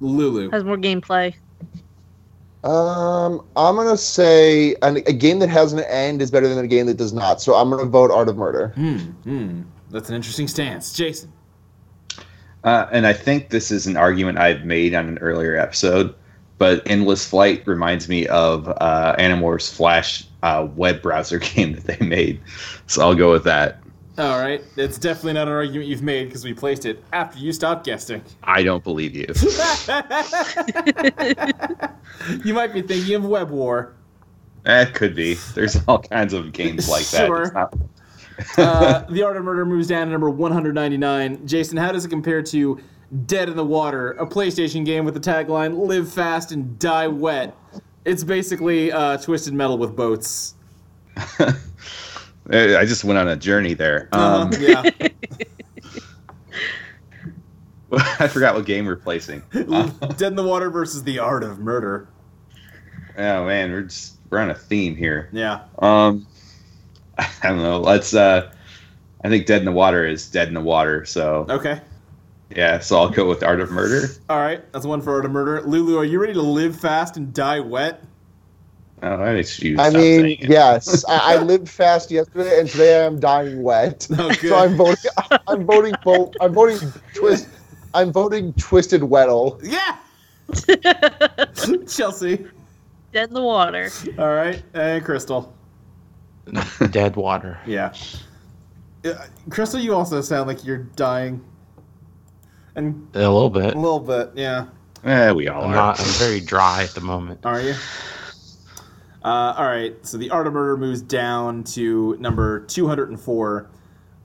[SPEAKER 2] Lulu.
[SPEAKER 4] has more gameplay.
[SPEAKER 6] Um, I'm gonna say an, a game that has an end is better than a game that does not. So I'm gonna vote Art of Murder.
[SPEAKER 2] Hmm, hmm. That's an interesting stance, Jason.
[SPEAKER 5] Uh, and I think this is an argument I've made on an earlier episode, but Endless Flight reminds me of uh, Animorphs Flash uh, web browser game that they made. So I'll go with that.
[SPEAKER 2] All right, it's definitely not an argument you've made because we placed it after you stopped guessing.
[SPEAKER 5] I don't believe you.
[SPEAKER 2] you might be thinking of Web War.
[SPEAKER 5] That Eh, could be. There's all kinds of games like that.
[SPEAKER 2] Sure.
[SPEAKER 5] It's not-
[SPEAKER 2] Uh, the Art of Murder moves down to number 199. Jason, how does it compare to Dead in the Water, a PlayStation game with the tagline "Live fast and die wet"? It's basically uh, Twisted Metal with boats.
[SPEAKER 5] Eh, I just went on a journey there. Um,
[SPEAKER 2] Uh-huh, yeah,
[SPEAKER 5] I forgot what game we're placing. Uh,
[SPEAKER 2] Dead in the Water versus the Art of Murder.
[SPEAKER 5] oh man, we're just we're on a theme here.
[SPEAKER 2] Yeah.
[SPEAKER 5] Um, I don't know. Let's. Uh, I think Dead in the Water is Dead in the Water. So
[SPEAKER 2] Okay.
[SPEAKER 5] yeah, so I'll go with Art of Murder.
[SPEAKER 2] All right. That's one for Art of Murder. Lulu, are you ready to live fast and die wet?
[SPEAKER 5] Oh, that makes you.
[SPEAKER 6] I
[SPEAKER 5] stop
[SPEAKER 6] mean,
[SPEAKER 5] saying it.
[SPEAKER 6] yes, I, I lived fast yesterday, and today I'm dying wet.
[SPEAKER 2] Oh, good.
[SPEAKER 6] So I'm voting. I'm voting. Bo- I'm voting. Twist. I'm voting Twisted Weddle.
[SPEAKER 2] Yeah. Chelsea.
[SPEAKER 4] Dead in the water.
[SPEAKER 2] All right. And Crystal.
[SPEAKER 3] Dead Water.
[SPEAKER 2] Yeah. Uh, Crystal, you also sound like you're dying. And
[SPEAKER 3] A little bit.
[SPEAKER 2] a little bit, yeah.
[SPEAKER 5] Eh, we all
[SPEAKER 3] I'm,
[SPEAKER 5] are.
[SPEAKER 3] not, I'm very dry at the moment.
[SPEAKER 2] Are you? Uh, all right. So the Art of Murder moves down to number 204.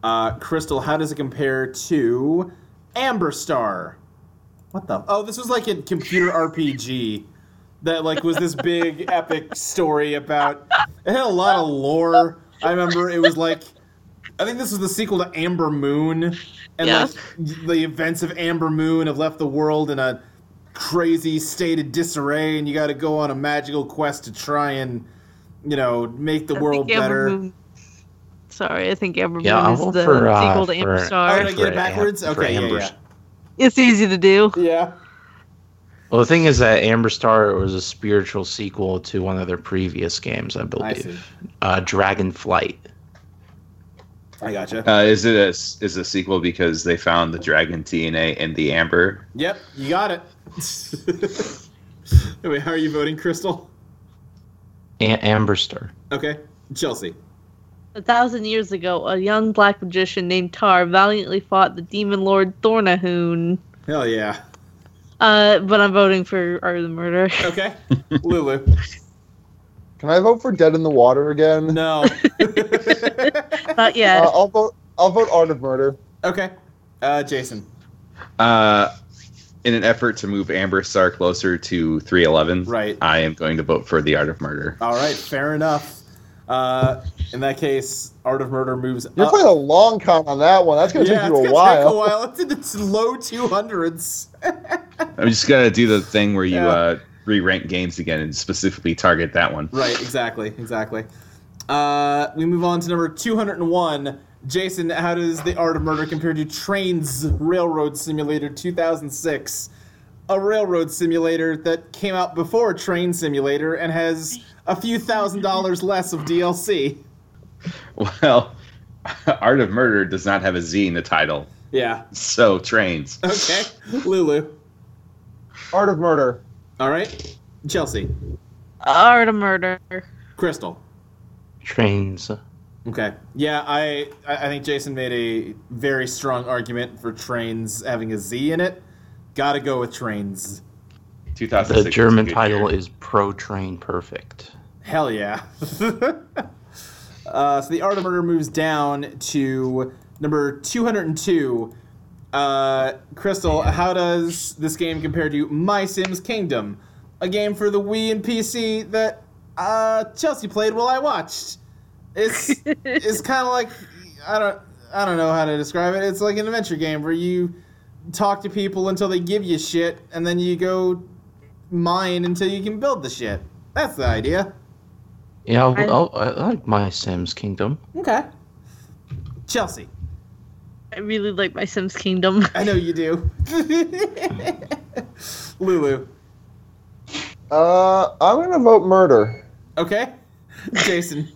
[SPEAKER 2] Uh, Crystal, how does it compare to Amber Star? What the? Oh, this was like a computer RPG that like was this big epic story about. It had a lot of lore. I remember it was like, I think this was the sequel to Amber Moon, and
[SPEAKER 4] Yeah.
[SPEAKER 2] like the events of Amber Moon have left the world in a crazy state of disarray, and you got to go on a magical quest to try and, you know, make the
[SPEAKER 4] I
[SPEAKER 2] world
[SPEAKER 4] think Amber
[SPEAKER 2] better.
[SPEAKER 4] Moon- Sorry, I think Amber
[SPEAKER 3] Yeah,
[SPEAKER 4] Moon
[SPEAKER 3] I
[SPEAKER 4] is
[SPEAKER 3] vote
[SPEAKER 4] the
[SPEAKER 3] for, uh,
[SPEAKER 4] sequel to Amber
[SPEAKER 3] for-
[SPEAKER 2] Oh,
[SPEAKER 4] Star.
[SPEAKER 2] did I
[SPEAKER 3] For
[SPEAKER 2] get
[SPEAKER 3] Am-
[SPEAKER 2] it backwards?
[SPEAKER 3] for
[SPEAKER 2] okay, yeah,
[SPEAKER 3] Amber
[SPEAKER 2] yeah.
[SPEAKER 4] It's easy to do.
[SPEAKER 2] Yeah.
[SPEAKER 3] Well, the thing is that Amber Star was a spiritual sequel to one of their previous games, I
[SPEAKER 2] I see.
[SPEAKER 3] believe. Uh, Dragonflight.
[SPEAKER 2] I gotcha.
[SPEAKER 5] Uh, is it a s- is a sequel because they found the dragon DNA in the amber?
[SPEAKER 2] Yep, you got it. Wait, how are you voting, Crystal?
[SPEAKER 3] A- Amber Star.
[SPEAKER 2] Okay, Chelsea.
[SPEAKER 4] A thousand years ago, a young black magician named Tar valiantly fought the demon lord Thornahoon.
[SPEAKER 2] Hell yeah.
[SPEAKER 4] Uh, but I'm voting for Art of the Murder.
[SPEAKER 2] Okay, Lulu.
[SPEAKER 6] Can I vote for Dead in the Water again?
[SPEAKER 2] No.
[SPEAKER 4] Not
[SPEAKER 6] Uh,
[SPEAKER 4] yet.
[SPEAKER 6] I'll vote. I'll vote Art of Murder.
[SPEAKER 2] okay, uh, Jason.
[SPEAKER 5] Uh, in an effort to move Amber Star closer to 311,
[SPEAKER 2] Right.
[SPEAKER 5] I am going to vote for The Art of Murder.
[SPEAKER 2] All right, fair enough. Uh, in that case, Art of Murder moves
[SPEAKER 6] You're
[SPEAKER 2] up.
[SPEAKER 6] playing a long con on that one. That's gonna
[SPEAKER 2] Uh, yeah,
[SPEAKER 6] take
[SPEAKER 2] it's
[SPEAKER 6] you
[SPEAKER 2] gonna
[SPEAKER 6] a while.
[SPEAKER 2] take a while. It's in its low 200s.
[SPEAKER 5] I'm just gonna do the thing where you
[SPEAKER 2] Yeah.
[SPEAKER 5] uh, re-rank games again and specifically target that one.
[SPEAKER 2] Right, exactly, exactly. Uh, we move on to number 201. Jason, how does The Art of Murder compare to Trains Railroad Simulator 2006? A railroad simulator that came out before Train Simulator and has a few thousand dollars less of DLC.
[SPEAKER 5] Well, Art of Murder does not have a Z in the title,
[SPEAKER 2] Yeah.
[SPEAKER 5] so trains.
[SPEAKER 2] Okay. Lulu.
[SPEAKER 6] Art of Murder.
[SPEAKER 2] All right. Chelsea.
[SPEAKER 4] Art of Murder.
[SPEAKER 2] Crystal.
[SPEAKER 3] Trains.
[SPEAKER 2] Okay. Yeah, I I I think Jason made a very strong argument for trains having a Z in it. Gotta go with trains.
[SPEAKER 5] 2006.
[SPEAKER 3] The German
[SPEAKER 5] was a good
[SPEAKER 3] title
[SPEAKER 5] year.
[SPEAKER 3] is Pro Train Perfect.
[SPEAKER 2] Hell yeah. uh, so the Art of Murder moves down to number 202. Uh, Crystal, how does this game compare to My Sims Kingdom? A game for the Wii and PC that uh, Chelsea played while I watched. It's it's kind of like I don't I don't know how to describe it. It's like an adventure game where you talk to people until they give you shit, and then you go mine until you can build the shit. That's the idea.
[SPEAKER 3] Yeah, I'll,
[SPEAKER 4] I-
[SPEAKER 3] I'll, I like my Sims Kingdom.
[SPEAKER 2] Okay. Chelsea,
[SPEAKER 4] I really like my Sims Kingdom. Um,
[SPEAKER 2] I know you do. Lulu.
[SPEAKER 6] Uh, I'm gonna vote murder.
[SPEAKER 2] Okay. Jason.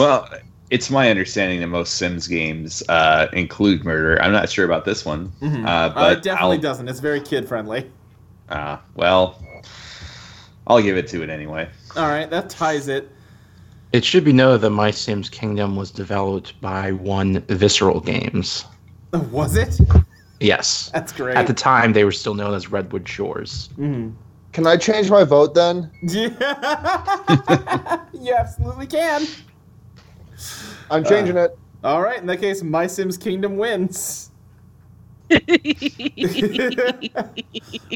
[SPEAKER 5] Well, it's my understanding that most Sims games uh, include murder. I'm not sure about this one, uh,
[SPEAKER 2] Uh,
[SPEAKER 5] but
[SPEAKER 2] it definitely
[SPEAKER 5] I'll-
[SPEAKER 2] doesn't. It's very kid friendly.
[SPEAKER 5] Uh, well, I'll give it to it anyway.
[SPEAKER 2] All right, that ties it.
[SPEAKER 3] It should be noted that My Sims Kingdom was developed by one Visceral Games.
[SPEAKER 2] Uh, Was it?
[SPEAKER 3] Yes.
[SPEAKER 2] That's great.
[SPEAKER 3] At the time, they were still known as Redwood Shores.
[SPEAKER 6] Can I change my vote then?
[SPEAKER 2] yeah. you absolutely can.
[SPEAKER 6] I'm
[SPEAKER 2] Uh,
[SPEAKER 6] changing it.
[SPEAKER 2] All right, in that case, My Sims Kingdom wins.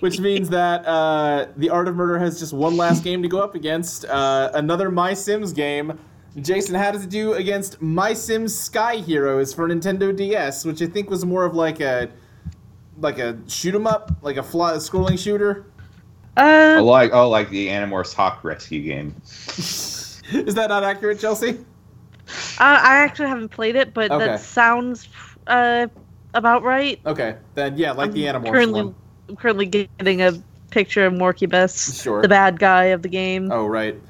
[SPEAKER 2] Which means that uh, The Art of Murder has just one last game to go up against. Uh, another My Sims game. Jason, how does it do against My Sims Sky Heroes for Nintendo DS, which I think was more of like a like a shoot 'em up, like a fly, scrolling shooter?
[SPEAKER 5] Oh,
[SPEAKER 4] Uh,
[SPEAKER 5] like oh, like the Animorphs Hawk Rescue game.
[SPEAKER 2] Is that not accurate, Chelsea?
[SPEAKER 4] I, I actually haven't played it, but
[SPEAKER 2] Okay.
[SPEAKER 4] that sounds uh, about right.
[SPEAKER 2] Okay, then yeah, like the Animorphs
[SPEAKER 4] currently,
[SPEAKER 2] one.
[SPEAKER 4] I'm currently getting a picture of Morcubus,
[SPEAKER 2] Sure.
[SPEAKER 4] the bad guy of the game.
[SPEAKER 2] Oh right.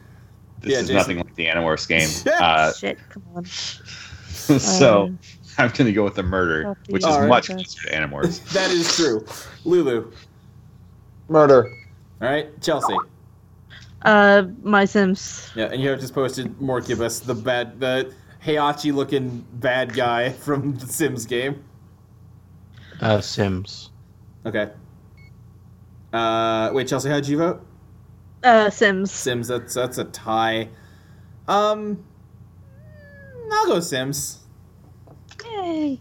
[SPEAKER 5] This
[SPEAKER 2] Yeah,
[SPEAKER 5] is
[SPEAKER 2] Jason.
[SPEAKER 5] nothing like the Animorphs game. Uh,
[SPEAKER 4] Shit, come on.
[SPEAKER 5] so
[SPEAKER 4] Um,
[SPEAKER 5] I'm going to go with the murder,
[SPEAKER 4] Copy.
[SPEAKER 5] which is
[SPEAKER 2] Alright.
[SPEAKER 5] much closer to Animorphs.
[SPEAKER 2] That is true. Lulu.
[SPEAKER 6] Murder.
[SPEAKER 2] All right, Chelsea.
[SPEAKER 4] uh, my Sims.
[SPEAKER 2] Yeah, and you have just posted Morcubus, the bad, the Heihachi looking bad guy from the Sims game.
[SPEAKER 3] Uh, Sims.
[SPEAKER 2] Okay. Uh, wait, Chelsea, how'd you vote?
[SPEAKER 4] Uh, Sims.
[SPEAKER 2] Sims. That's that's a tie. Um, I'll go Sims.
[SPEAKER 4] Yay.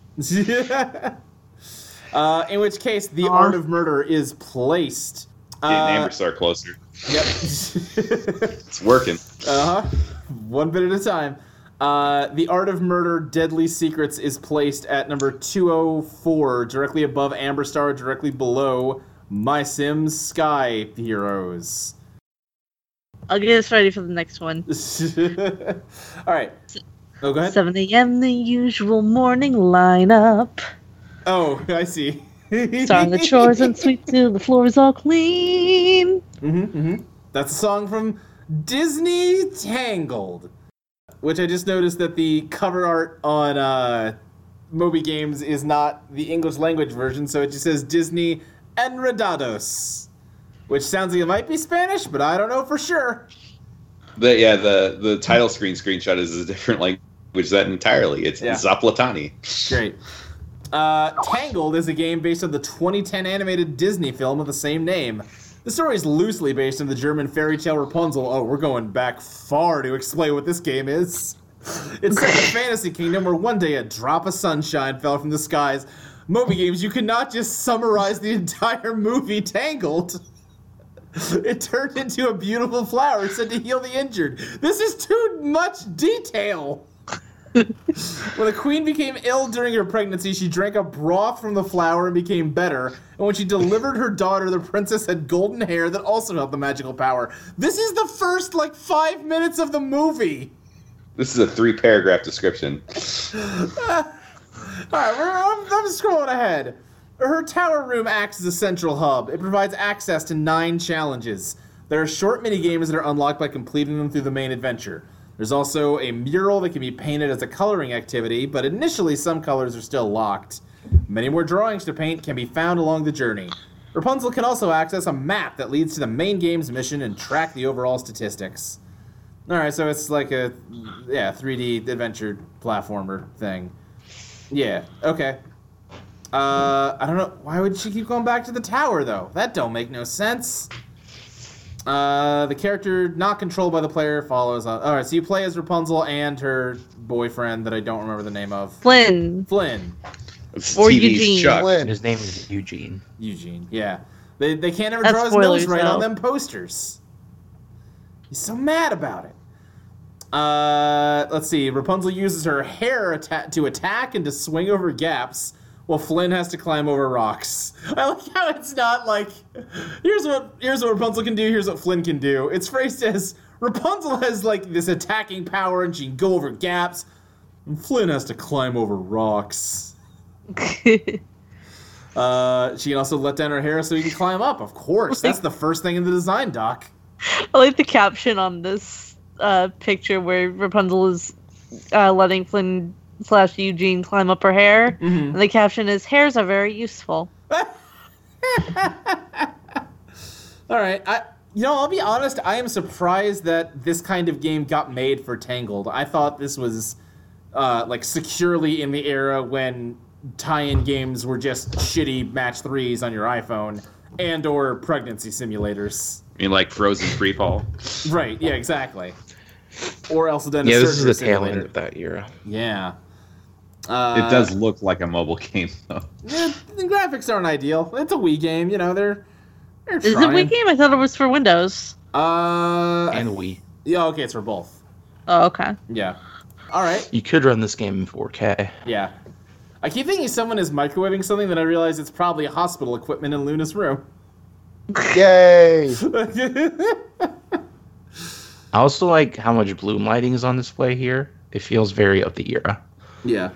[SPEAKER 2] uh, in which case, the
[SPEAKER 4] Aw.
[SPEAKER 2] art of murder is placed.
[SPEAKER 5] Getting
[SPEAKER 2] Uh,
[SPEAKER 5] Amber Star closer.
[SPEAKER 2] yep.
[SPEAKER 5] It's working.
[SPEAKER 2] Uh huh. One bit at a time. Uh, the Art of Murder Deadly Secrets is placed at number 204, directly above Amber Star, directly below My Sims Sky Heroes.
[SPEAKER 4] I'll get us ready for the next one.
[SPEAKER 2] All right. Oh, go ahead.
[SPEAKER 4] 7 a.m. The usual morning lineup.
[SPEAKER 2] Oh, I see.
[SPEAKER 4] Starting the chores and sweep till the floor is all clean.
[SPEAKER 2] hmm hmm That's a song from Disney Tangled, which I just noticed that the cover art on uh, Moby Games is not the English language version, so it just says Disney Enredados, which sounds like it might be Spanish, but I don't know for sure.
[SPEAKER 5] The, yeah, the the title screen screenshot is a different language that entirely. It's
[SPEAKER 2] Yeah.
[SPEAKER 5] Zaplatani.
[SPEAKER 2] Great. Uh, Tangled is a game based on the 2010 animated Disney film of the same name. The story is loosely based on the German fairy tale Rapunzel. Oh, we're going back far to explain what this game is. It's set in a fantasy kingdom where one day a drop of sunshine fell from the skies. Moby Games, you cannot just summarize the entire movie Tangled. It turned into a beautiful flower said to heal the injured. This is too much detail. When the queen became ill during her pregnancy, she drank a broth from the flower and became better. And when she delivered her daughter, the princess had golden hair that also held the magical power. This is the first, like, five minutes of the movie.
[SPEAKER 5] This is a three paragraph description.
[SPEAKER 2] All right, we're, I'm, I'm scrolling ahead. Her tower room acts as a central hub. It provides access to nine challenges. There are short mini games that are unlocked by completing them through the main adventure. There's also a mural that can be painted as a coloring activity, but initially some colors are still locked. Many more drawings to paint can be found along the journey. Rapunzel can also access a map that leads to the main game's mission and track the overall statistics. All right, so it's like a yeah 3D adventure platformer thing. Yeah. Okay. Uh, I don't know. Why would she keep going back to the tower though? That don't make no sense. Uh, the character not controlled by the player follows. On. All right, so you play as Rapunzel and her boyfriend that I don't remember the name of.
[SPEAKER 4] Flynn.
[SPEAKER 2] Flynn.
[SPEAKER 5] It's
[SPEAKER 4] Or
[SPEAKER 5] TV's
[SPEAKER 4] Eugene.
[SPEAKER 5] Chuck.
[SPEAKER 6] Flynn.
[SPEAKER 3] His name is Eugene.
[SPEAKER 2] Eugene. Yeah. They, they can't ever
[SPEAKER 4] That's
[SPEAKER 2] draw his
[SPEAKER 4] spoilers,
[SPEAKER 2] nose right
[SPEAKER 4] though.
[SPEAKER 2] on them posters. He's so mad about it. Uh, let's see. Rapunzel uses her hair atta- to attack and to swing over gaps, while Flynn has to climb over rocks. I like how it's not like here's what here's what Rapunzel can do. Here's what Flynn can do. It's phrased as Rapunzel has like this attacking power and she can go over gaps, and Flynn has to climb over rocks. Uh, she can also let down her hair so you can climb up. Of course, that's the first thing in the design doc.
[SPEAKER 4] I like the caption on this uh, picture where Rapunzel is uh, letting Flynn slash Eugene climb up her hair.
[SPEAKER 2] Mhm.
[SPEAKER 4] And the caption is, hairs are very useful.
[SPEAKER 2] All right, I you know I'll be honest. I am surprised that this kind of game got made for Tangled. I thought this was uh, like securely in the era when tie-in games were just shitty match threes on your iPhone and or pregnancy simulators.
[SPEAKER 5] I mean, like Frozen free fall.
[SPEAKER 2] Right? Yeah, exactly. Or else then a
[SPEAKER 3] yeah, this is
[SPEAKER 2] surgery
[SPEAKER 3] the tail end
[SPEAKER 2] simulator.
[SPEAKER 3] of that era.
[SPEAKER 2] Yeah. Uh,
[SPEAKER 5] it does look like a mobile game though.
[SPEAKER 2] Yeah, the graphics aren't ideal. It's a Wii game, you know. They're they're
[SPEAKER 4] Is it
[SPEAKER 2] trying.
[SPEAKER 4] Wii game? I thought it was for Windows.
[SPEAKER 2] Uh,
[SPEAKER 3] And we.
[SPEAKER 2] yeah, okay, it's for both.
[SPEAKER 4] Oh, okay.
[SPEAKER 2] Yeah. All right.
[SPEAKER 3] You could run this game in 4K.
[SPEAKER 2] Yeah. I keep thinking someone is microwaving something, then I realize it's probably hospital equipment in Luna's room.
[SPEAKER 6] Yay!
[SPEAKER 3] I also like how much bloom lighting is on display here. It feels very of the era.
[SPEAKER 2] yeah.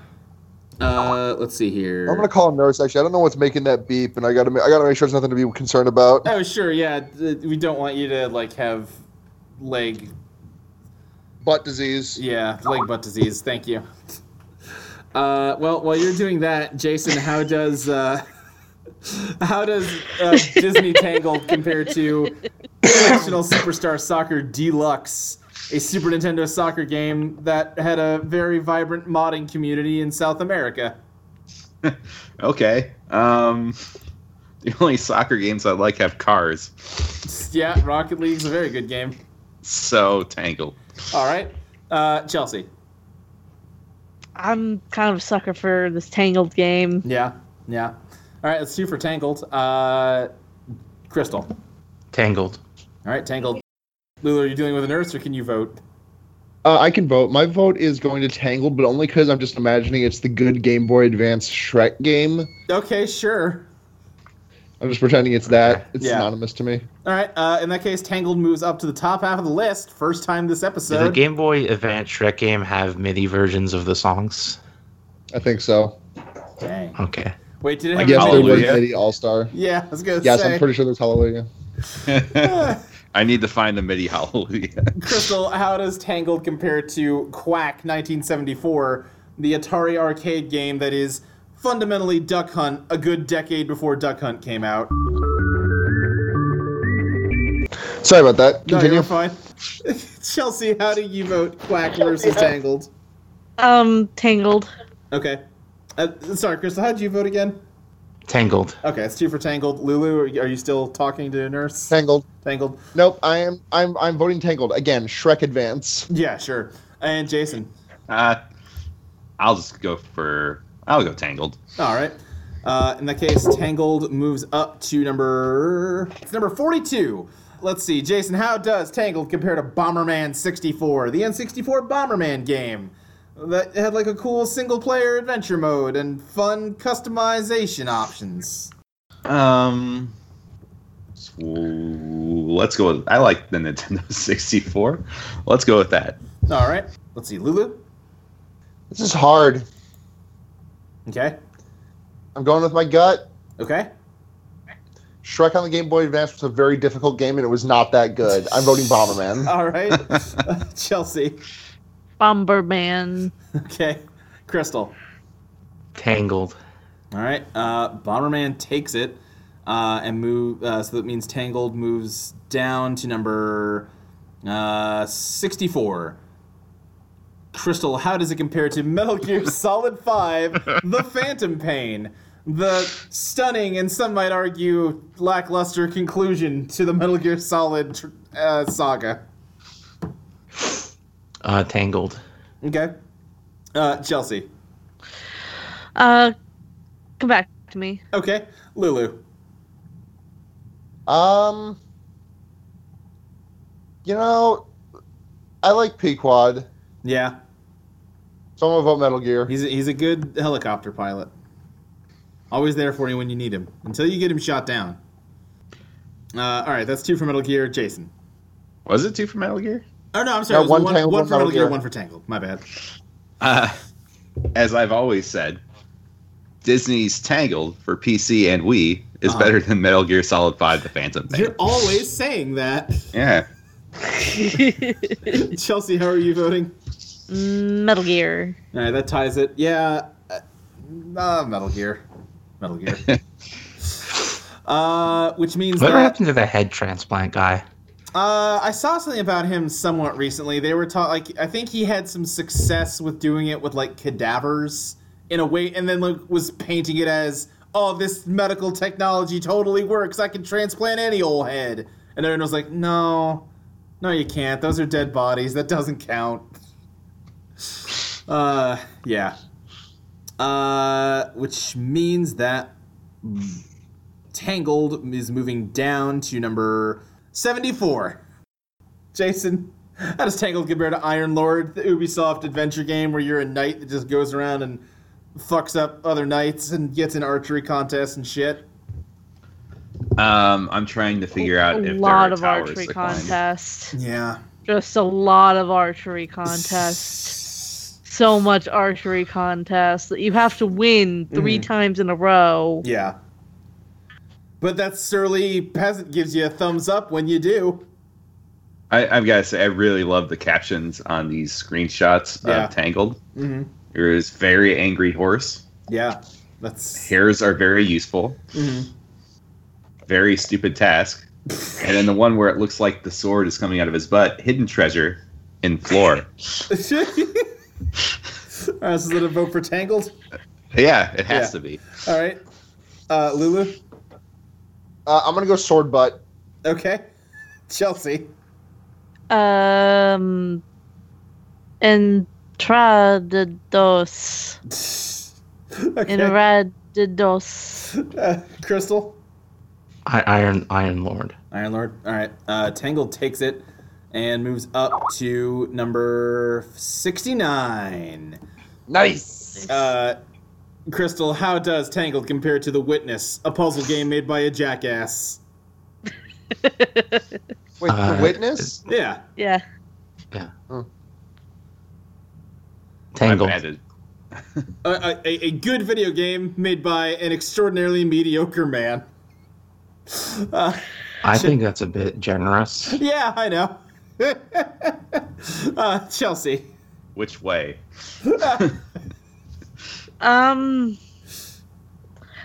[SPEAKER 2] Uh, let's see here.
[SPEAKER 6] I'm gonna call him nurse. Actually, I don't know what's making that beep, and I gotta ma- I gotta make sure there's nothing to be concerned about.
[SPEAKER 2] oh, sure. Yeah, th- we don't want you to like have leg
[SPEAKER 6] Butt disease.
[SPEAKER 2] Yeah, leg butt disease. Thank you. Uh, well, while you're doing that, Jason, how does uh, how does uh, Disney Tangled compare to National Superstar Soccer Deluxe, a Super Nintendo soccer game that had a very vibrant modding community in South America?
[SPEAKER 5] Okay. Um, the only soccer games I like have cars.
[SPEAKER 2] Yeah, Rocket League's a very good game.
[SPEAKER 5] So tangled.
[SPEAKER 2] All right, uh, Chelsea.
[SPEAKER 4] I'm kind of a sucker for this Tangled game.
[SPEAKER 2] Yeah, yeah. All right, let's do for Tangled. Uh, Crystal.
[SPEAKER 3] Tangled.
[SPEAKER 2] All right, Tangled. Lulu, are you dealing with a nurse, or can you vote?
[SPEAKER 6] Uh, I can vote. My vote is going to Tangled, but only because I'm just imagining it's the good Game Boy Advance Shrek game.
[SPEAKER 2] Okay, sure.
[SPEAKER 6] I'm just pretending it's that. It's
[SPEAKER 2] Yeah.
[SPEAKER 6] synonymous to me.
[SPEAKER 2] All right. Uh, in that case, Tangled moves up to the top half of the list. First time this
[SPEAKER 3] Did
[SPEAKER 2] episode.
[SPEAKER 3] the Game Boy Advance Shrek game have MIDI versions of the songs?
[SPEAKER 6] I think so.
[SPEAKER 2] Dang.
[SPEAKER 3] Okay.
[SPEAKER 2] Wait, did it?
[SPEAKER 6] I
[SPEAKER 2] Have
[SPEAKER 6] guess
[SPEAKER 2] a
[SPEAKER 6] there
[SPEAKER 2] mini-
[SPEAKER 6] was
[SPEAKER 5] Hallelujah.
[SPEAKER 6] Lady All Star.
[SPEAKER 2] Yeah, I was gonna
[SPEAKER 6] Yes,
[SPEAKER 2] say.
[SPEAKER 6] I'm pretty sure there's Hallelujah.
[SPEAKER 5] I need to find the MIDI hallelujah.
[SPEAKER 2] Crystal, how does Tangled compare to Quack 1974, the Atari arcade game that is fundamentally Duck Hunt, a good decade before Duck Hunt came out?
[SPEAKER 6] Sorry about that.
[SPEAKER 2] No,
[SPEAKER 6] Continue.
[SPEAKER 2] you're fine. Chelsea, how do you vote Quack versus Tangled?
[SPEAKER 4] Um, Tangled.
[SPEAKER 2] Okay. Uh, sorry, Crystal, how did you vote again?
[SPEAKER 3] Tangled.
[SPEAKER 2] Okay, it's two for Tangled. Lulu, are you- are you still talking to Nurse?
[SPEAKER 6] Tangled.
[SPEAKER 2] Tangled.
[SPEAKER 6] Nope. I am. I'm. I'm voting Tangled again. Shrek Advance.
[SPEAKER 2] Yeah, sure. And Jason.
[SPEAKER 5] Uh, I'll just go for. I'll go tangled.
[SPEAKER 2] All right. Uh, in that case, Tangled moves up to number. It's number 42. Let's see, Jason. How does Tangled compare to Bomberman 64, the N64 Bomberman game that had like a cool single-player adventure mode and fun customization options?
[SPEAKER 5] Um, so let's go. With, I like the Nintendo 64. Let's go with that.
[SPEAKER 2] All right. Let's see, Lulu.
[SPEAKER 6] This is hard.
[SPEAKER 2] Okay.
[SPEAKER 6] I'm going with my gut.
[SPEAKER 2] Okay.
[SPEAKER 6] Shrek on the Game Boy Advance was a
[SPEAKER 2] Uh,
[SPEAKER 6] very difficult game, and it was not that good. I'm voting Bomberman.
[SPEAKER 2] All right. Chelsea.
[SPEAKER 4] Bomberman.
[SPEAKER 2] Okay, Crystal.
[SPEAKER 3] Tangled.
[SPEAKER 2] All right, uh, Bomberman takes it, uh, and move. Uh, so that means Tangled moves down to number uh, sixty-four. Crystal, how does it compare to Metal Gear Solid Five: The Phantom Pain? The stunning and some might argue lackluster conclusion to the Metal Gear Solid tr- uh, saga.
[SPEAKER 3] Uh, tangled.
[SPEAKER 2] Okay, uh, Chelsea.
[SPEAKER 4] Uh, come back to me.
[SPEAKER 2] Okay, Lulu.
[SPEAKER 6] Um, you know, I like Pequod,
[SPEAKER 2] Yeah,
[SPEAKER 6] so I'm gonna vote Metal Gear.
[SPEAKER 2] He's a, he's a good helicopter pilot. Always there for you when you need him, until you get him shot down. Uh, all right, that's two for Metal Gear, Jason.
[SPEAKER 5] Was it two for Metal Gear?
[SPEAKER 2] Oh no, I'm sorry.
[SPEAKER 6] No,
[SPEAKER 2] it was one,
[SPEAKER 6] one Tangled,
[SPEAKER 2] one
[SPEAKER 6] one
[SPEAKER 2] for Metal
[SPEAKER 6] Metal
[SPEAKER 2] Gear,
[SPEAKER 6] Gear.
[SPEAKER 2] one for Tangled. My bad.
[SPEAKER 5] Uh, as I've always said, Disney's Tangled for PC and Wii is
[SPEAKER 2] Uh-huh.
[SPEAKER 5] better than Metal Gear Solid 5 The Phantom Pain.
[SPEAKER 2] You're always saying that.
[SPEAKER 5] Yeah.
[SPEAKER 2] Chelsea, how are you voting?
[SPEAKER 4] Metal Gear.
[SPEAKER 2] All right, that ties it. Yeah, uh, uh, Metal Gear, Metal Gear. uh, which means
[SPEAKER 3] Whatever
[SPEAKER 2] that
[SPEAKER 3] happened to the head transplant guy?
[SPEAKER 2] Uh, I saw something about him somewhat recently. They were taught like I think he had some success with doing it with like cadavers in a way, and then like was painting it as, "Oh, this medical technology totally works. I can transplant any old head." And everyone was like, "No, no, you can't. Those are dead bodies. That doesn't count." Uh, yeah. Uh, which means that Tangled is moving down to number 74. Jason, how does Tangled compare to Iron Lord, the Ubisoft adventure game where you're a knight that just goes around and fucks up other knights and gets in archery contests and shit?
[SPEAKER 5] Um, I'm trying to figure out
[SPEAKER 4] a
[SPEAKER 5] if
[SPEAKER 4] lot
[SPEAKER 5] there are
[SPEAKER 4] of
[SPEAKER 5] towers
[SPEAKER 4] archery
[SPEAKER 5] to climb.
[SPEAKER 4] contest.
[SPEAKER 2] Yeah.
[SPEAKER 4] Just a lot of archery contest. So much archery contest that you have to win 3
[SPEAKER 5] Mm.
[SPEAKER 4] times in a row.
[SPEAKER 2] Yeah. But that surly peasant gives you a thumbs up when you do.
[SPEAKER 5] I, I've got to say, I really love the captions on these screenshots
[SPEAKER 2] Yeah.
[SPEAKER 5] of Tangled.
[SPEAKER 2] Mm-hmm.
[SPEAKER 5] There is very angry horse.
[SPEAKER 2] Yeah. That's.
[SPEAKER 5] Hairs are very useful.
[SPEAKER 2] Mhm.
[SPEAKER 5] Very stupid task. and then the one where it looks like the sword is coming out of his butt, hidden treasure in floor.
[SPEAKER 2] Alright, so is it a vote for Tangled?
[SPEAKER 5] yeah, it has
[SPEAKER 2] Yeah.
[SPEAKER 5] to be.
[SPEAKER 2] All right. Uh, Lulu?
[SPEAKER 6] Uh, I'm gonna go Sword Butt.
[SPEAKER 2] Okay. Chelsea.
[SPEAKER 4] Um, Entradados.
[SPEAKER 2] okay.
[SPEAKER 4] Enradados.
[SPEAKER 2] Uh, Crystal.
[SPEAKER 3] I, Iron Iron Lord.
[SPEAKER 2] Iron Lord. All right. Uh, Tangled takes it and moves up to number 69.
[SPEAKER 3] Nice.
[SPEAKER 2] Uh, Crystal, how does Tangled compare to The Witness, a puzzle game made by a jackass?
[SPEAKER 6] Wait,
[SPEAKER 3] Uh,
[SPEAKER 6] The Witness?
[SPEAKER 2] Yeah.
[SPEAKER 4] yeah.
[SPEAKER 3] Tangled.
[SPEAKER 5] I've added-
[SPEAKER 2] A, a, a a good video game made by an extraordinarily mediocre man. Uh,
[SPEAKER 3] I think that's a bit generous.
[SPEAKER 2] yeah, I know. uh, Chelsea.
[SPEAKER 5] Which way?
[SPEAKER 4] Um,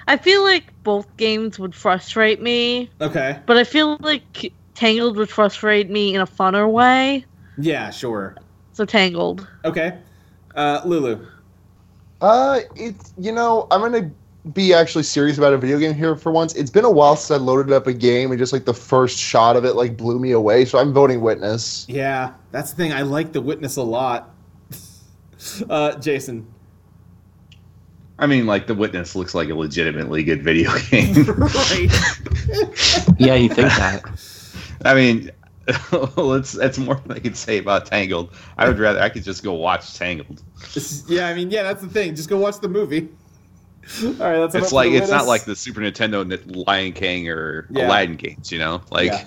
[SPEAKER 4] I feel like both games would frustrate me,
[SPEAKER 2] Okay.
[SPEAKER 4] but I feel like Tangled would frustrate me in a funner way.
[SPEAKER 2] Yeah, sure.
[SPEAKER 4] So Tangled.
[SPEAKER 2] Okay. Uh, Lulu.
[SPEAKER 6] Uh, it's you know I'm gonna be actually serious about a video game here for once. It's been a while since I loaded up a game, and just like the first shot of it like blew me away. So I'm voting Witness.
[SPEAKER 2] Yeah, that's the thing. I like the witness a lot. uh, Jason.
[SPEAKER 5] I mean, like, The Witness looks like a legitimately good video game.
[SPEAKER 2] right.
[SPEAKER 3] Yeah, you think that.
[SPEAKER 5] I mean, let's, that's more than I could say about Tangled. I would rather, I could just go watch Tangled.
[SPEAKER 2] This- yeah, I mean, yeah, that's the thing. Just go watch the movie. All right, that's enough
[SPEAKER 5] it's
[SPEAKER 2] for
[SPEAKER 5] like
[SPEAKER 2] the
[SPEAKER 5] it's not
[SPEAKER 2] witness.
[SPEAKER 5] like the Super Nintendo and the Lion King or
[SPEAKER 2] Yeah.
[SPEAKER 5] Aladdin games, you know. Like,
[SPEAKER 2] Yeah.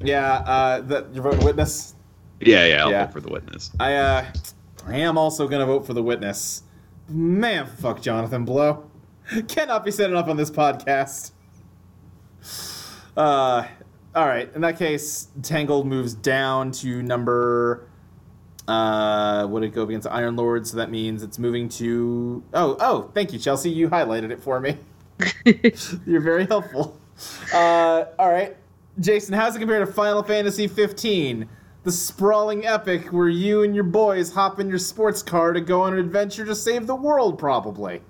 [SPEAKER 2] Yeah, uh, the, you're voting witness.
[SPEAKER 5] yeah, yeah, I'll
[SPEAKER 2] Yeah.
[SPEAKER 5] vote for the Witness.
[SPEAKER 2] I uh, I am also gonna vote for the witness. Man, fuck Jonathan Blow. Cannot be said enough on this podcast. Uh, all right. In that case, Tangled moves down to number Uh, would it go up against Iron Lord? So that means it's moving to. Oh, oh, thank you, Chelsea. You highlighted it for me. You're very helpful. Uh, all right, Jason, how's it compare to Final Fantasy 15? The sprawling epic where you and your boys hop in your sports car to go on an adventure to save the world, probably.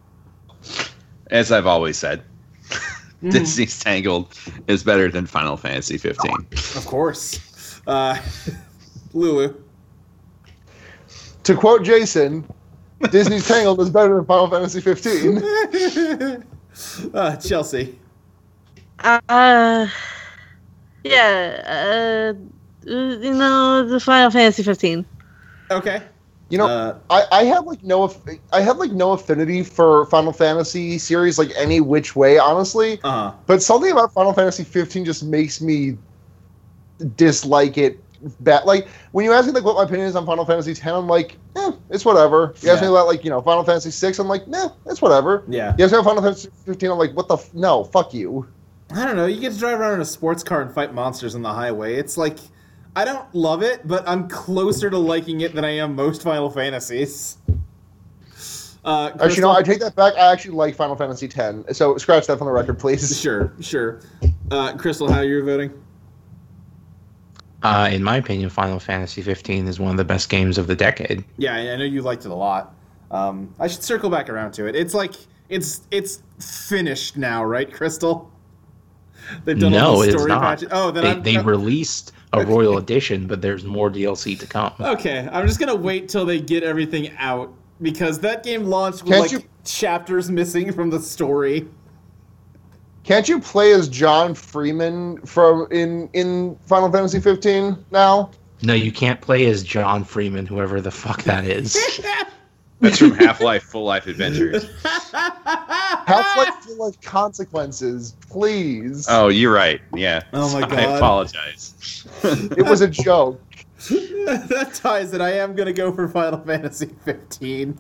[SPEAKER 5] As I've always said,
[SPEAKER 2] Mm-hmm.
[SPEAKER 5] Disney's Tangled is better than Final Fantasy 15.
[SPEAKER 2] Of course. Uh, Lulu.
[SPEAKER 6] To quote Jason, Disney's Tangled is better than Final Fantasy 15.
[SPEAKER 2] uh, Chelsea.
[SPEAKER 4] Uh, yeah. Uh, you know, the Final Fantasy 15.
[SPEAKER 2] Okay.
[SPEAKER 6] You know,
[SPEAKER 2] Uh,
[SPEAKER 6] I, I have like no aff- I have like no affinity for Final Fantasy series like any which way, honestly.
[SPEAKER 2] uh
[SPEAKER 6] But something about Final Fantasy 15 just makes me dislike it. Bad. Like when you ask me like what my opinion is on Final Fantasy 10, I'm like, eh, it's whatever. You ask
[SPEAKER 2] Yeah.
[SPEAKER 6] me about like you know Final Fantasy 6, I'm like, nah, it's whatever.
[SPEAKER 2] Yeah.
[SPEAKER 6] You ask me about Final Fantasy 15, I'm like, what the f- no, fuck you.
[SPEAKER 2] I don't know. You get to drive around in a sports car and fight monsters on the highway. It's like I don't love it, but I'm closer to liking it than I am most Final Fantasies. Uh,
[SPEAKER 6] Actually, no,
[SPEAKER 2] Crystal-
[SPEAKER 6] I take that back. I actually like Final Fantasy 10. So scratch that from the record, please.
[SPEAKER 2] sure, sure. Uh, Crystal, how you're voting?
[SPEAKER 3] Uh, in my opinion, Final Fantasy 15 is one of the best games of the decade.
[SPEAKER 2] Yeah, I I know you liked it a lot. Um, I should circle back around to it. It's like it's it's finished now, right, Crystal? They've done all
[SPEAKER 3] No,
[SPEAKER 2] the
[SPEAKER 3] it's
[SPEAKER 2] story
[SPEAKER 3] not.
[SPEAKER 2] patches. Oh, then
[SPEAKER 3] They,
[SPEAKER 2] I'm,
[SPEAKER 3] they
[SPEAKER 2] I'm-
[SPEAKER 3] released a royal edition, but there's more DLC to come.
[SPEAKER 2] Okay, I'm just gonna wait till they get everything out because that game launched with
[SPEAKER 6] Can't
[SPEAKER 2] like
[SPEAKER 6] you-
[SPEAKER 2] chapters missing from the story.
[SPEAKER 6] Can't you play as John Freeman from in in Final Fantasy 15 now?
[SPEAKER 3] No, you can't play as John Freeman, whoever the fuck that is.
[SPEAKER 5] That's from Half Life Full Life Adventures.
[SPEAKER 6] Half
[SPEAKER 2] Ah!
[SPEAKER 6] Life Full Life Consequences, please.
[SPEAKER 5] Oh, you're right. Yeah.
[SPEAKER 2] Oh my
[SPEAKER 5] I
[SPEAKER 2] God.
[SPEAKER 5] apologize.
[SPEAKER 6] It was a joke.
[SPEAKER 2] that ties it. I am gonna go for Final Fantasy 15.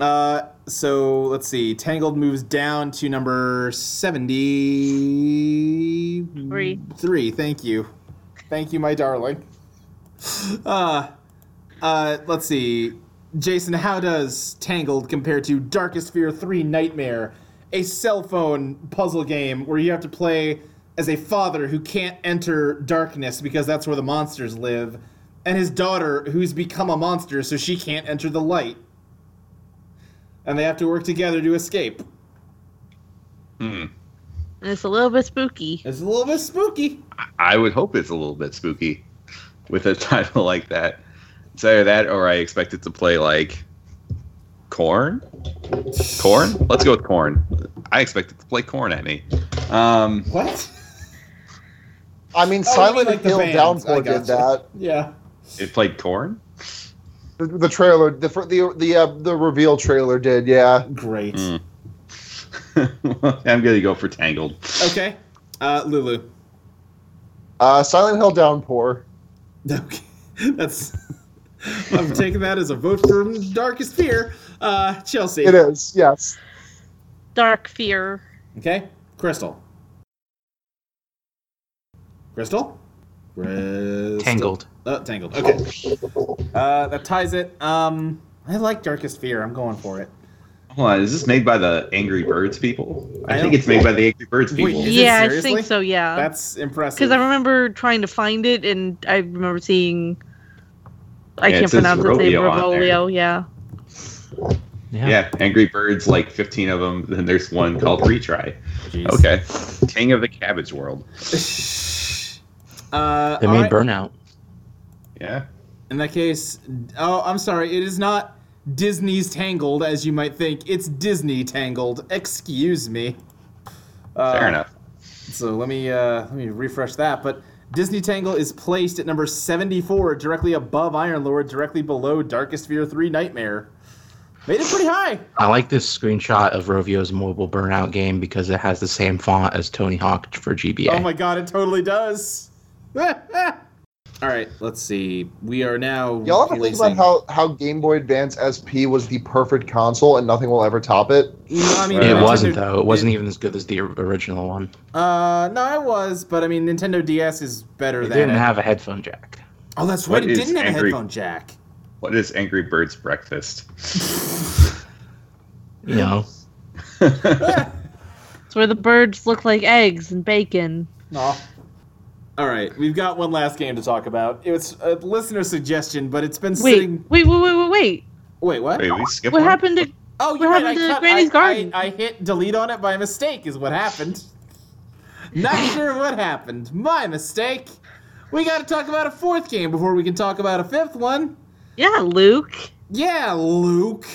[SPEAKER 2] Uh, so let's see. Tangled moves down to number 70.
[SPEAKER 4] Three.
[SPEAKER 2] Three. Thank you. Thank you, my darling. Uh, uh, let's see. Jason, how does Tangled compare to Darkest Fear 3 Nightmare, a cell phone puzzle game where you have to play as a father who can't enter darkness because that's where the monsters live, and his daughter who's become a monster so she can't enter the light? And they have to work together to escape.
[SPEAKER 5] Hmm.
[SPEAKER 4] And it's a little bit spooky.
[SPEAKER 2] It's a little bit spooky.
[SPEAKER 5] I would hope it's a little bit spooky with a title like that. It's either that or I expect it to play like corn. Corn? Let's go with corn. I expect it to play corn at me. Um,
[SPEAKER 2] What? Oh,
[SPEAKER 6] I mean,
[SPEAKER 2] you mean
[SPEAKER 6] Silent
[SPEAKER 2] like the
[SPEAKER 6] Hill
[SPEAKER 2] bands. I
[SPEAKER 6] Downpour
[SPEAKER 2] gotcha.
[SPEAKER 6] did that.
[SPEAKER 2] Yeah.
[SPEAKER 5] it played corn.
[SPEAKER 6] The, the trailer, the fir- the the uh, the reveal trailer did. Yeah,
[SPEAKER 2] Great.
[SPEAKER 5] Mm. I'm gonna go for Tangled.
[SPEAKER 2] Okay. Uh, Lulu.
[SPEAKER 6] uh, Silent Hill Downpour.
[SPEAKER 2] Okay. That's. I'm taking that as a vote for Darkest Fear. Uh, Chelsea.
[SPEAKER 6] It is. Yes.
[SPEAKER 4] Dark Fear.
[SPEAKER 2] Okay. Crystal. Crystal? Crystal.
[SPEAKER 3] Tangled.
[SPEAKER 2] Oh, Tangled. Okay. Uh, that ties it. Um, I like Darkest Fear. I'm going for it.
[SPEAKER 5] Hold on, is this made by the Angry Birds people? I,
[SPEAKER 2] I
[SPEAKER 5] think
[SPEAKER 2] don't-
[SPEAKER 5] it's made by the Angry Birds
[SPEAKER 2] Wait,
[SPEAKER 5] people.
[SPEAKER 2] Is it
[SPEAKER 4] yeah, I
[SPEAKER 2] seriously?
[SPEAKER 4] think so, yeah.
[SPEAKER 2] That's impressive.
[SPEAKER 4] Uh, Because I remember trying to find it, and I remember seeing. I
[SPEAKER 5] Yeah, it
[SPEAKER 4] can't
[SPEAKER 5] says
[SPEAKER 4] pronounce his name.
[SPEAKER 5] Rovolio on there.
[SPEAKER 4] Rovolio, yeah.
[SPEAKER 5] yeah, Angry Birds, like 15 of them. Then there's one called Retry.
[SPEAKER 2] Jeez.
[SPEAKER 5] Okay, King of the Cabbage World.
[SPEAKER 2] Uh,
[SPEAKER 3] They
[SPEAKER 2] all
[SPEAKER 3] made
[SPEAKER 2] right.
[SPEAKER 3] Burnout.
[SPEAKER 5] Yeah.
[SPEAKER 2] In that case, oh, I'm sorry. It is not Disney's Tangled, as you might think. It's Disney Tangled. Excuse me. Uh,
[SPEAKER 5] Fair enough.
[SPEAKER 2] So let me uh, let me refresh that. But Disney Tangle is placed at number 74, directly above Iron Lord, directly below Darkest Fear 3 Nightmare. Made it pretty high.
[SPEAKER 3] I like this screenshot of Rovio's mobile Burnout game because it has the same font as Tony Hawk for GBA.
[SPEAKER 2] Oh my god, it totally does. All right, let's see. We are now.
[SPEAKER 6] Y'all ever think about
[SPEAKER 2] placing-
[SPEAKER 6] how how Game Boy Advance SP was the perfect console and nothing will ever top it?
[SPEAKER 2] No, I mean,
[SPEAKER 5] It
[SPEAKER 3] it
[SPEAKER 2] Nintendo-
[SPEAKER 3] wasn't though. It wasn't even as good as the or- original one.
[SPEAKER 2] Uh, no, I was, but I mean, Nintendo DS is better
[SPEAKER 3] It
[SPEAKER 2] than
[SPEAKER 3] didn't
[SPEAKER 2] it.
[SPEAKER 3] have a headphone jack.
[SPEAKER 2] Oh, that's
[SPEAKER 5] What
[SPEAKER 2] right. It
[SPEAKER 5] is
[SPEAKER 2] didn't have
[SPEAKER 5] angry-
[SPEAKER 2] a headphone jack.
[SPEAKER 5] What is Angry Birds breakfast?
[SPEAKER 3] You know,
[SPEAKER 4] It's where the birds look like eggs and bacon.
[SPEAKER 2] No. All right, we've got one last game to talk about. It's a listener suggestion, but it's been
[SPEAKER 4] Wait,
[SPEAKER 2] sitting.
[SPEAKER 4] wait, wait, wait, wait, wait.
[SPEAKER 2] Wait, what?
[SPEAKER 5] Wait, we skipped
[SPEAKER 4] What
[SPEAKER 5] one?
[SPEAKER 4] happened to?
[SPEAKER 2] oh, you're right.
[SPEAKER 4] what happened
[SPEAKER 2] I
[SPEAKER 4] to
[SPEAKER 2] cut-
[SPEAKER 4] Granny's
[SPEAKER 2] I,
[SPEAKER 4] Garden?
[SPEAKER 2] I, I hit delete on it by mistake. Is what happened. Not sure what happened. My mistake. We got to talk about a fourth game before we can talk about a fifth one.
[SPEAKER 4] Yeah, Luke.
[SPEAKER 2] Yeah, Luke.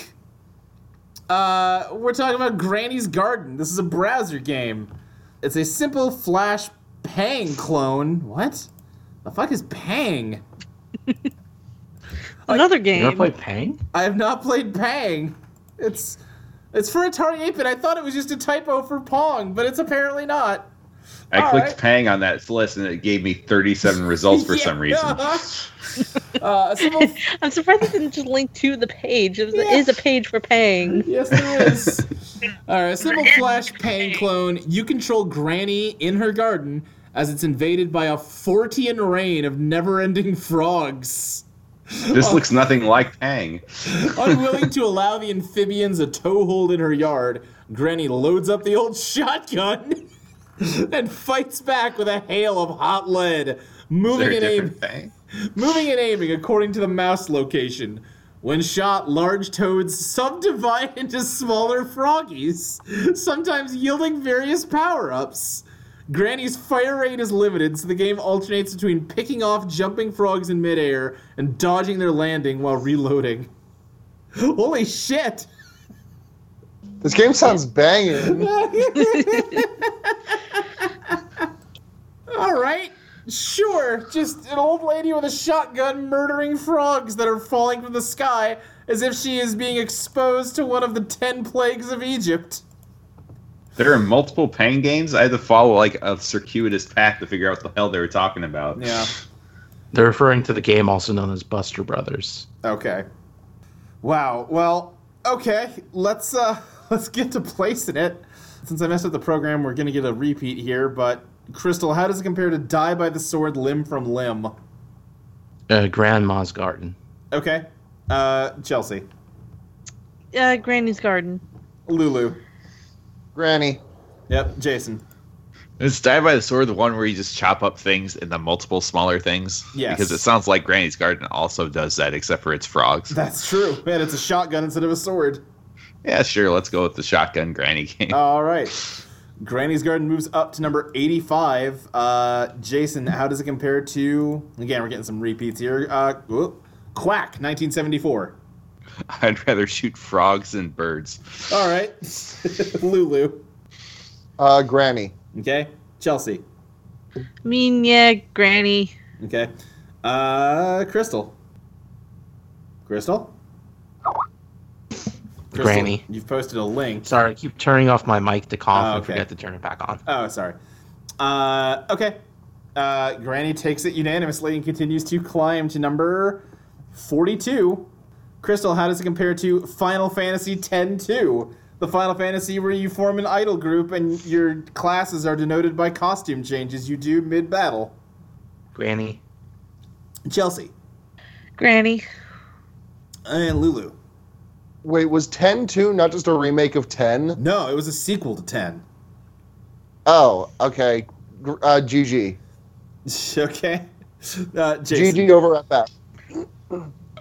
[SPEAKER 2] Uh, we're talking about Granny's Garden. This is a browser game. It's a simple Flash Pang clone. What? The fuck is Pang?
[SPEAKER 4] Another
[SPEAKER 3] you ever
[SPEAKER 4] game.
[SPEAKER 3] play Pang?
[SPEAKER 2] I have not played Pang. It's it's for Atari 8 bit. I thought it was just a typo for Pong, but it's apparently not.
[SPEAKER 5] I
[SPEAKER 2] All
[SPEAKER 5] clicked
[SPEAKER 2] right.
[SPEAKER 5] Pang on that list and it gave me 37 results for
[SPEAKER 2] Yeah.
[SPEAKER 5] some reason.
[SPEAKER 2] uh, a simple
[SPEAKER 4] I'm surprised it didn't just link to the page. It was- it is a page for paying.
[SPEAKER 2] Yes, there is. All right, a simple Flash Pang clone. You control Granny in her garden as it's invaded by a Fortean rain of never-ending frogs.
[SPEAKER 5] This looks nothing like Pang.
[SPEAKER 2] Unwilling to allow the amphibians a toehold in her yard, Granny loads up the old shotgun and fights back with a hail of hot lead,
[SPEAKER 5] Is there
[SPEAKER 2] moving
[SPEAKER 5] a
[SPEAKER 2] and aiming.
[SPEAKER 5] different Pang?
[SPEAKER 2] Moving and aiming according to the mouse location. When shot, large toads subdivide into smaller froggies, sometimes yielding various power ups. Granny's fire rate is limited, so the game alternates between picking off jumping frogs in midair and dodging their landing while reloading. Holy shit!
[SPEAKER 6] This game sounds banging.
[SPEAKER 2] All right, sure. Just an old lady with a shotgun murdering frogs that are falling from the sky as if she is being exposed to one of the ten plagues of Egypt.
[SPEAKER 5] There are multiple Pang games. I had to follow like a circuitous path to figure out what the hell they were talking about.
[SPEAKER 3] They're referring to the game also known as Buster Brothers.
[SPEAKER 2] Okay. Wow. Well, okay. Let's uh let's get to placing it. Since I messed up the program, we're gonna get a repeat here. But Crystal, how does it compare to Die by the Sword, Limb from Limb?
[SPEAKER 3] Uh, Grandma's Garden.
[SPEAKER 2] Okay. Uh, Chelsea,
[SPEAKER 4] Uh, Granny's Garden.
[SPEAKER 2] Lulu.
[SPEAKER 6] Granny.
[SPEAKER 2] Yep. Jason.
[SPEAKER 5] Is Die by the Sword the one where you just chop up things into multiple smaller things?
[SPEAKER 2] Yes.
[SPEAKER 5] Because it sounds like Granny's Garden also does that, except for it's frogs.
[SPEAKER 2] That's true. Man, it's a shotgun instead of a sword.
[SPEAKER 5] yeah, sure. Let's go with the shotgun Granny game.
[SPEAKER 2] All right. Granny's Garden moves up to number 85. Uh, Jason, how does it compare to. Again, we're getting some repeats here. Uh, whoop. Quack, 1974.
[SPEAKER 5] I'd rather shoot frogs than birds.
[SPEAKER 2] All right. Lulu.
[SPEAKER 6] Uh, granny.
[SPEAKER 2] Okay. Chelsea.
[SPEAKER 4] I mean, yeah, Granny.
[SPEAKER 2] Okay. Uh, Crystal. Crystal? Crystal,
[SPEAKER 3] Granny.
[SPEAKER 2] You've posted a link.
[SPEAKER 3] Sorry, I keep turning off my mic to cough
[SPEAKER 2] Oh,
[SPEAKER 3] and
[SPEAKER 2] okay.
[SPEAKER 3] forget to turn it back on.
[SPEAKER 2] Oh, sorry. Uh, okay. Uh, Granny takes it unanimously and continues to climb to number 42. Crystal, how does it compare to Final Fantasy X 2? The Final Fantasy where you form an idol group and your classes are denoted by costume changes you do mid battle.
[SPEAKER 3] Granny.
[SPEAKER 2] Chelsea
[SPEAKER 4] Granny.
[SPEAKER 2] and Lulu.
[SPEAKER 6] Wait, was 10 2 not just a remake of 10?
[SPEAKER 2] No, it was a sequel to 10.
[SPEAKER 6] Oh, okay. Gr- Uh, GG.
[SPEAKER 2] okay. Uh, Jason.
[SPEAKER 6] GG over FF.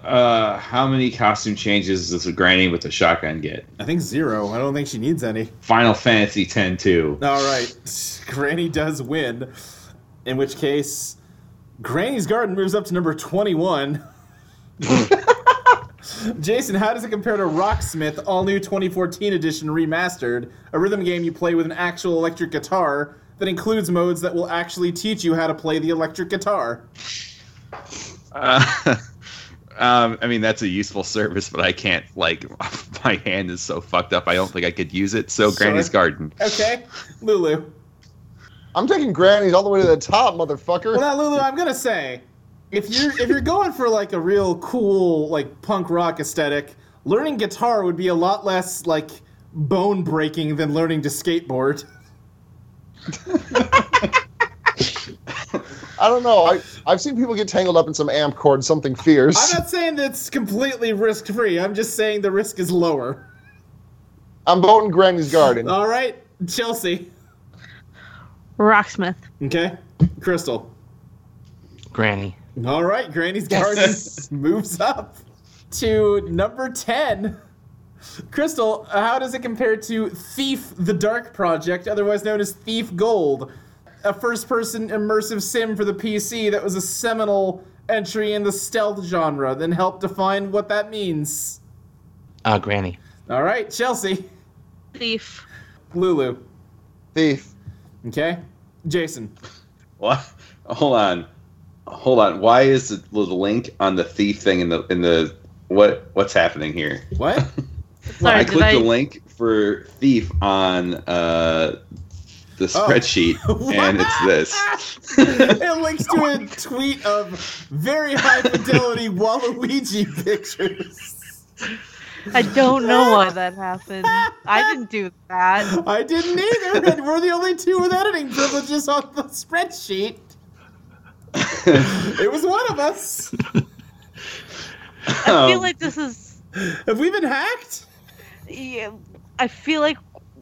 [SPEAKER 5] Uh, how many costume changes does a Granny with a shotgun get?
[SPEAKER 2] I think zero. I don't think she needs any.
[SPEAKER 5] Final Fantasy X too.
[SPEAKER 2] All right. Granny does win, in which case, Granny's Garden moves up to number 21. Jason, how does it compare to Rocksmith, all new 2014 edition remastered, a rhythm game you play with an actual electric guitar that includes modes that will actually teach you how to play the electric guitar?
[SPEAKER 5] Uh, um, I mean, that's a useful service, but I can't, like, my hand is so fucked up, I don't think I could use it. So,
[SPEAKER 2] Sure.
[SPEAKER 5] Granny's Garden.
[SPEAKER 2] Okay, Lulu.
[SPEAKER 6] I'm taking grannies all the way to the top, motherfucker.
[SPEAKER 2] Well, now, Lulu, I'm gonna say, if you're if you're going for like a real cool like punk rock aesthetic, learning guitar would be a lot less like bone breaking than learning to skateboard.
[SPEAKER 6] I don't know. I, I've seen people get tangled up in some amp cord, something
[SPEAKER 2] I'm
[SPEAKER 6] fierce.
[SPEAKER 2] not saying that's completely risk free. I'm just saying the risk is lower.
[SPEAKER 6] I'm voting Granny's Garden.
[SPEAKER 2] All right, Chelsea.
[SPEAKER 4] Rocksmith.
[SPEAKER 2] Okay, Crystal.
[SPEAKER 3] Granny.
[SPEAKER 2] All right, Granny's Garden moves up to number 10. Crystal, how does it compare to Thief the Dark Project, otherwise known as Thief Gold? A first person immersive sim for the PC that was a seminal entry in the stealth genre, then helped define what that means.
[SPEAKER 3] Uh, Granny.
[SPEAKER 2] All right, Chelsea.
[SPEAKER 4] Thief.
[SPEAKER 2] Lulu.
[SPEAKER 6] Thief.
[SPEAKER 2] Okay. Jason.
[SPEAKER 5] What? Hold on, hold on. Why is the, the link on the thief thing in the in the what what's happening here?
[SPEAKER 2] What?
[SPEAKER 4] Sorry,
[SPEAKER 5] I
[SPEAKER 4] did
[SPEAKER 5] clicked
[SPEAKER 4] I?
[SPEAKER 5] the link for thief on uh, the spreadsheet, and it's this.
[SPEAKER 2] It links to a tweet of very high fidelity Waluigi pictures.
[SPEAKER 4] I don't know why that happened. I didn't do that.
[SPEAKER 2] I didn't either, and we're the only two with editing privileges on the spreadsheet. It was one of us.
[SPEAKER 4] I feel
[SPEAKER 5] Um,
[SPEAKER 4] like this is.
[SPEAKER 2] Have we been hacked?
[SPEAKER 4] yeah, I feel like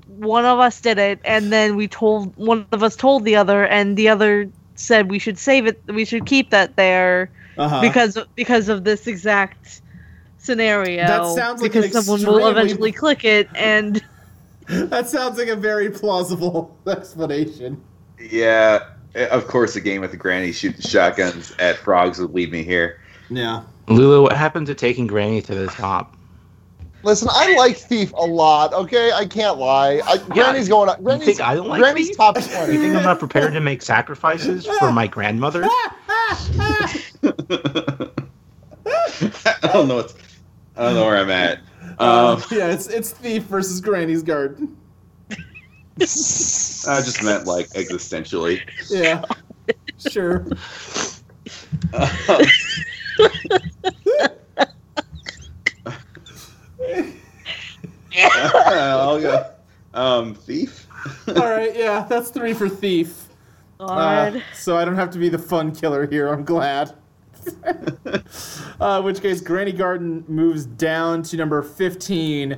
[SPEAKER 4] one of us did it, and then we told one of us told the other, and the other said we should save it. We should keep that there
[SPEAKER 2] Uh-huh.
[SPEAKER 4] because because of this exact scenario.
[SPEAKER 2] That sounds like an
[SPEAKER 4] because someone will
[SPEAKER 2] extremely-
[SPEAKER 4] eventually click it, and
[SPEAKER 2] that sounds like a very plausible explanation.
[SPEAKER 5] yeah, Eh, of course, a game with the granny shooting shotguns at frogs would lead me here.
[SPEAKER 2] Yeah.
[SPEAKER 3] Lulu, what happened to taking Granny to the top?
[SPEAKER 6] Listen, I like Thief a lot. Okay, I can't lie. I, Granny's going up. Granny's,
[SPEAKER 3] think I don't like
[SPEAKER 6] Granny's
[SPEAKER 3] Thief?
[SPEAKER 6] top
[SPEAKER 3] You
[SPEAKER 6] twenty.
[SPEAKER 3] think I'm not prepared to make sacrifices for my grandmother?
[SPEAKER 5] I don't know. What's, I don't know where I'm at.
[SPEAKER 4] Oh.
[SPEAKER 5] Um,
[SPEAKER 2] yeah, it's it's Thief versus Granny's Garden.
[SPEAKER 5] I just meant like existentially.
[SPEAKER 2] Yeah. Sure.
[SPEAKER 5] Uh, I'll go. Um, thief.
[SPEAKER 2] All right, yeah, that's three for Thief. Uh,
[SPEAKER 4] God.
[SPEAKER 2] so I don't have to be the fun killer here. I'm glad. uh, in which case, Granny Garden moves down to number 15.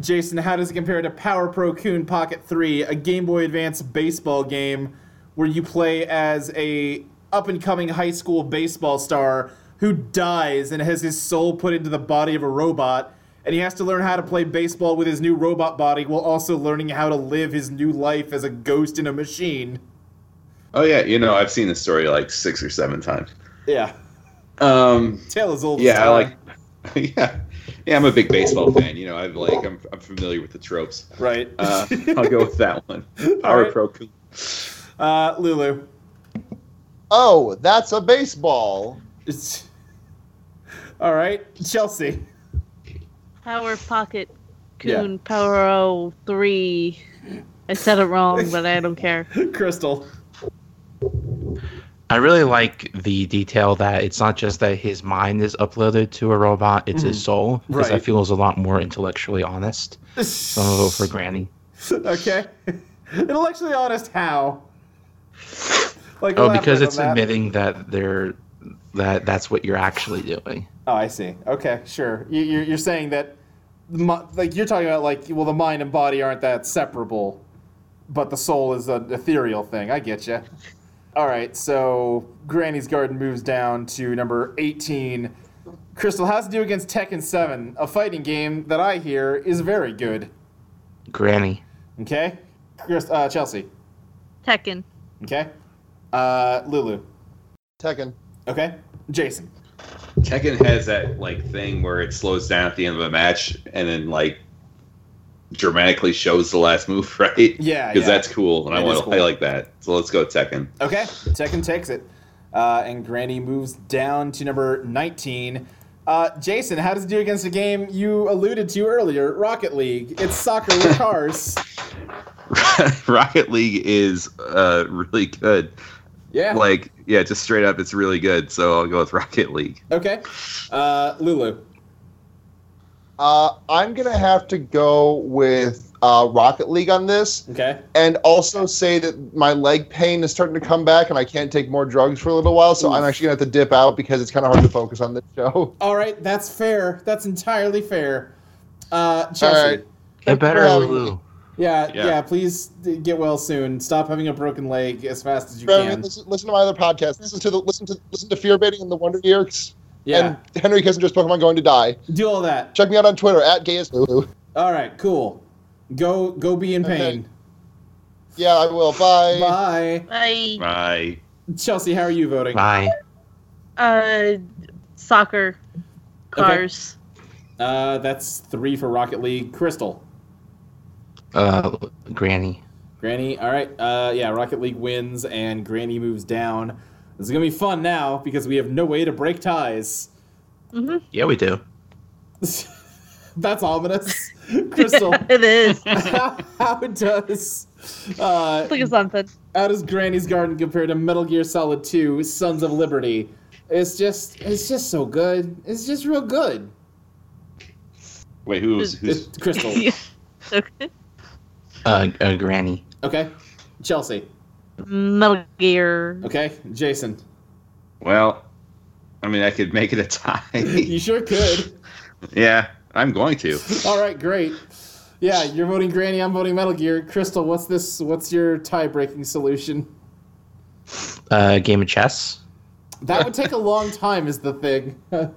[SPEAKER 2] Jason, how does it compare to Power Pro Coon Pocket 3, a Game Boy Advance baseball game where you play as a up and coming high school baseball star who dies and has his soul put into the body of a robot, and he has to learn how to play baseball with his new robot body while also learning how to live his new life as a ghost in a machine.
[SPEAKER 5] Oh yeah, you know I've seen this story like six or seven times.
[SPEAKER 2] Yeah.
[SPEAKER 5] Um,
[SPEAKER 2] Tale as old as
[SPEAKER 5] yeah, I
[SPEAKER 2] time.
[SPEAKER 5] like. Yeah, yeah, I'm a big baseball fan. You know, I'm like I'm, I'm familiar with the tropes.
[SPEAKER 2] Right.
[SPEAKER 5] Uh, I'll go with that one. Power
[SPEAKER 2] right.
[SPEAKER 5] Pro. Cool.
[SPEAKER 2] Uh, Lulu.
[SPEAKER 6] Oh, that's a baseball.
[SPEAKER 2] It's... All right. Chelsea.
[SPEAKER 4] Power Pocket
[SPEAKER 2] Yeah.
[SPEAKER 4] Coon Power O three. I said it wrong, but I don't care.
[SPEAKER 2] Crystal.
[SPEAKER 3] I really like the detail that it's not just that his mind is uploaded to a robot, it's his soul. Because
[SPEAKER 2] Mm-hmm. Right.
[SPEAKER 3] that feels a lot more intellectually honest. So I'm gonna vote Oh, for Granny.
[SPEAKER 2] okay. Intellectually honest, how? Like
[SPEAKER 3] Oh,
[SPEAKER 2] elaborate
[SPEAKER 3] because
[SPEAKER 2] on
[SPEAKER 3] it's
[SPEAKER 2] that.
[SPEAKER 3] admitting that they're that that's what you're actually doing.
[SPEAKER 2] Oh, I see. Okay, sure. You, you're, you're saying that, the mi- like, you're talking about, like, well, the mind and body aren't that separable, but the soul is an ethereal thing. I get you. All right, so Granny's Garden moves down to number 18. Crystal has to do against Tekken 7, a fighting game that I hear is very good.
[SPEAKER 3] Granny.
[SPEAKER 2] Okay? Chris, uh, Chelsea.
[SPEAKER 4] Tekken.
[SPEAKER 2] Okay? Uh, Lulu.
[SPEAKER 6] Tekken.
[SPEAKER 2] Okay? Jason.
[SPEAKER 5] Tekken has that like thing where it slows down at the end of a match and then like dramatically shows the last move, right?
[SPEAKER 2] Yeah,
[SPEAKER 5] because
[SPEAKER 2] yeah.
[SPEAKER 5] that's cool, and I
[SPEAKER 2] It
[SPEAKER 5] want
[SPEAKER 2] is
[SPEAKER 5] to
[SPEAKER 2] cool.
[SPEAKER 5] play like that. So let's go Tekken.
[SPEAKER 2] Okay, Tekken takes it. Uh, and Granny moves down to number 19. Uh, Jason, how does it do against a game you alluded to earlier, Rocket League? It's soccer with cars.
[SPEAKER 5] Rocket League is uh, really good.
[SPEAKER 2] Yeah.
[SPEAKER 5] Like, yeah, just straight up, it's really good. So I'll go with Rocket League.
[SPEAKER 2] Okay. Uh, Lulu.
[SPEAKER 6] Uh, I'm gonna have to go with uh, Rocket League on this,
[SPEAKER 2] Okay.
[SPEAKER 6] and also say that my leg pain is starting to come back, and I can't take more drugs for a little while, so I'm actually gonna have to dip out because it's kind of hard to focus on this show.
[SPEAKER 2] All right, that's fair. That's entirely fair. Uh, Chelsea.
[SPEAKER 6] All right.
[SPEAKER 3] Get better,
[SPEAKER 6] for having
[SPEAKER 3] Lulu.
[SPEAKER 2] Yeah, yeah,
[SPEAKER 5] Yeah.
[SPEAKER 2] Please d- get well soon. Stop having a broken leg as fast as you
[SPEAKER 6] Brandon,
[SPEAKER 2] can.
[SPEAKER 6] listen, listen to my other podcast. Listen to the listen to listen to Fear Baiting and the Wonder Years,
[SPEAKER 2] Yeah,
[SPEAKER 6] and Henry Kissinger's Pokemon Going to Die.
[SPEAKER 2] do all that.
[SPEAKER 6] Check me out on Twitter at GayesLulu.
[SPEAKER 2] All right, cool. Go, go. Be in
[SPEAKER 6] Okay.
[SPEAKER 2] pain.
[SPEAKER 6] Yeah, I will. Bye.
[SPEAKER 2] Bye,
[SPEAKER 4] I
[SPEAKER 5] My
[SPEAKER 2] Chelsea. How are you voting?
[SPEAKER 3] Bye.
[SPEAKER 4] uh, soccer, cars.
[SPEAKER 2] Uh, that's three for Rocket League. Crystal,
[SPEAKER 3] Uh, Granny.
[SPEAKER 2] Granny. All right. Uh, yeah, Rocket League wins and Granny moves down. This is gonna be fun now because we have no way to break ties.
[SPEAKER 3] Yeah, we do.
[SPEAKER 2] that's ominous. Crystal,
[SPEAKER 4] it is.
[SPEAKER 2] how, how does uh,
[SPEAKER 4] Look at something.
[SPEAKER 2] How does Granny's Garden compare to Metal Gear Solid 2 Sons of Liberty? It's just it's just so good. It's just real good.
[SPEAKER 5] wait, who's who's
[SPEAKER 2] It's Crystal.
[SPEAKER 4] okay.
[SPEAKER 3] Uh, uh Granny.
[SPEAKER 2] Okay. Chelsea.
[SPEAKER 4] Metal Gear.
[SPEAKER 2] Okay. Jason.
[SPEAKER 5] well? I mean, I could make it a tie.
[SPEAKER 2] You sure could.
[SPEAKER 5] yeah, I'm going to.
[SPEAKER 2] All right, great. Yeah, you're voting Granny, I'm voting Metal Gear. Crystal, what's this what's your tie-breaking solution?
[SPEAKER 3] Uh, game of chess.
[SPEAKER 2] That would take a long time is the thing.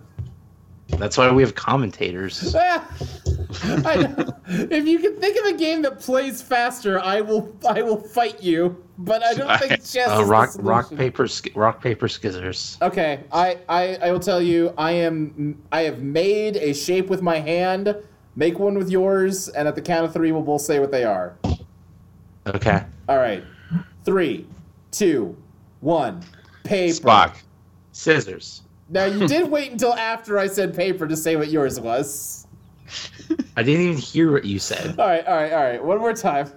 [SPEAKER 3] That's why we have commentators. Uh,
[SPEAKER 2] Ah! I know. If you can think of a game that plays faster, I will I will fight you. But I don't think chess
[SPEAKER 3] Uh,
[SPEAKER 2] is
[SPEAKER 3] rock,
[SPEAKER 2] the
[SPEAKER 3] rock,
[SPEAKER 2] solution.
[SPEAKER 3] paper, sk- rock, paper, scissors.
[SPEAKER 2] Okay, I, I I will tell you, I am I have made a shape with my hand. Make one with yours, and at the count of three, we'll both say what they are.
[SPEAKER 3] Okay.
[SPEAKER 2] All right, three, two, one. Paper.
[SPEAKER 5] Spock.
[SPEAKER 3] Scissors.
[SPEAKER 2] Now you did wait until after I said paper to say what yours was.
[SPEAKER 3] I didn't even hear what you said.
[SPEAKER 2] All right, all right, all right. One more time.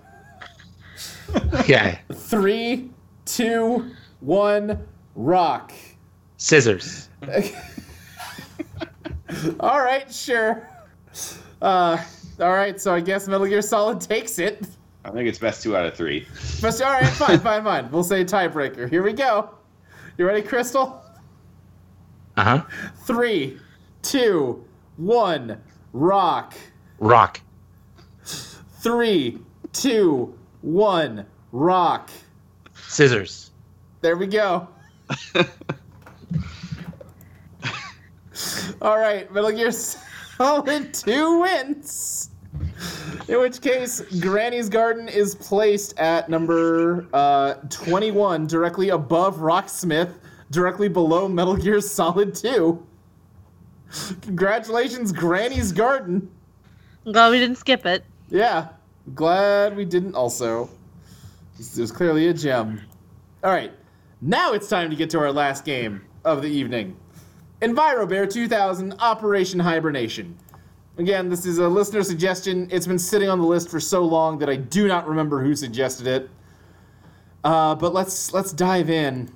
[SPEAKER 3] Okay.
[SPEAKER 2] Three, two, one. Rock.
[SPEAKER 3] Scissors.
[SPEAKER 2] All right, sure. Uh, all right, so I guess Metal Gear Solid takes it.
[SPEAKER 5] I think it's best two out of three.
[SPEAKER 2] But all right, fine, fine, fine. We'll say tiebreaker. Here we go. You ready, Crystal?
[SPEAKER 3] Uh huh.
[SPEAKER 2] Three, two, one. Rock.
[SPEAKER 3] Rock.
[SPEAKER 2] Three, two, one. Rock.
[SPEAKER 3] Scissors.
[SPEAKER 2] There we go. all right, Metal Gear Solid Two wins. In which case, Granny's Garden is placed at number uh, 21, directly above Rocksmith, directly below Metal Gear Solid 2. Congratulations, Granny's Garden.
[SPEAKER 4] I'm glad we didn't skip it.
[SPEAKER 2] Yeah, glad we didn't also. This was clearly a gem. All right, now it's time to get to our last game of the evening. EnviroBear 2000 Operation Hibernation. Again, this is a listener suggestion. It's been sitting on the list for so long that I do not remember who suggested it. Uh, but let's let's dive in.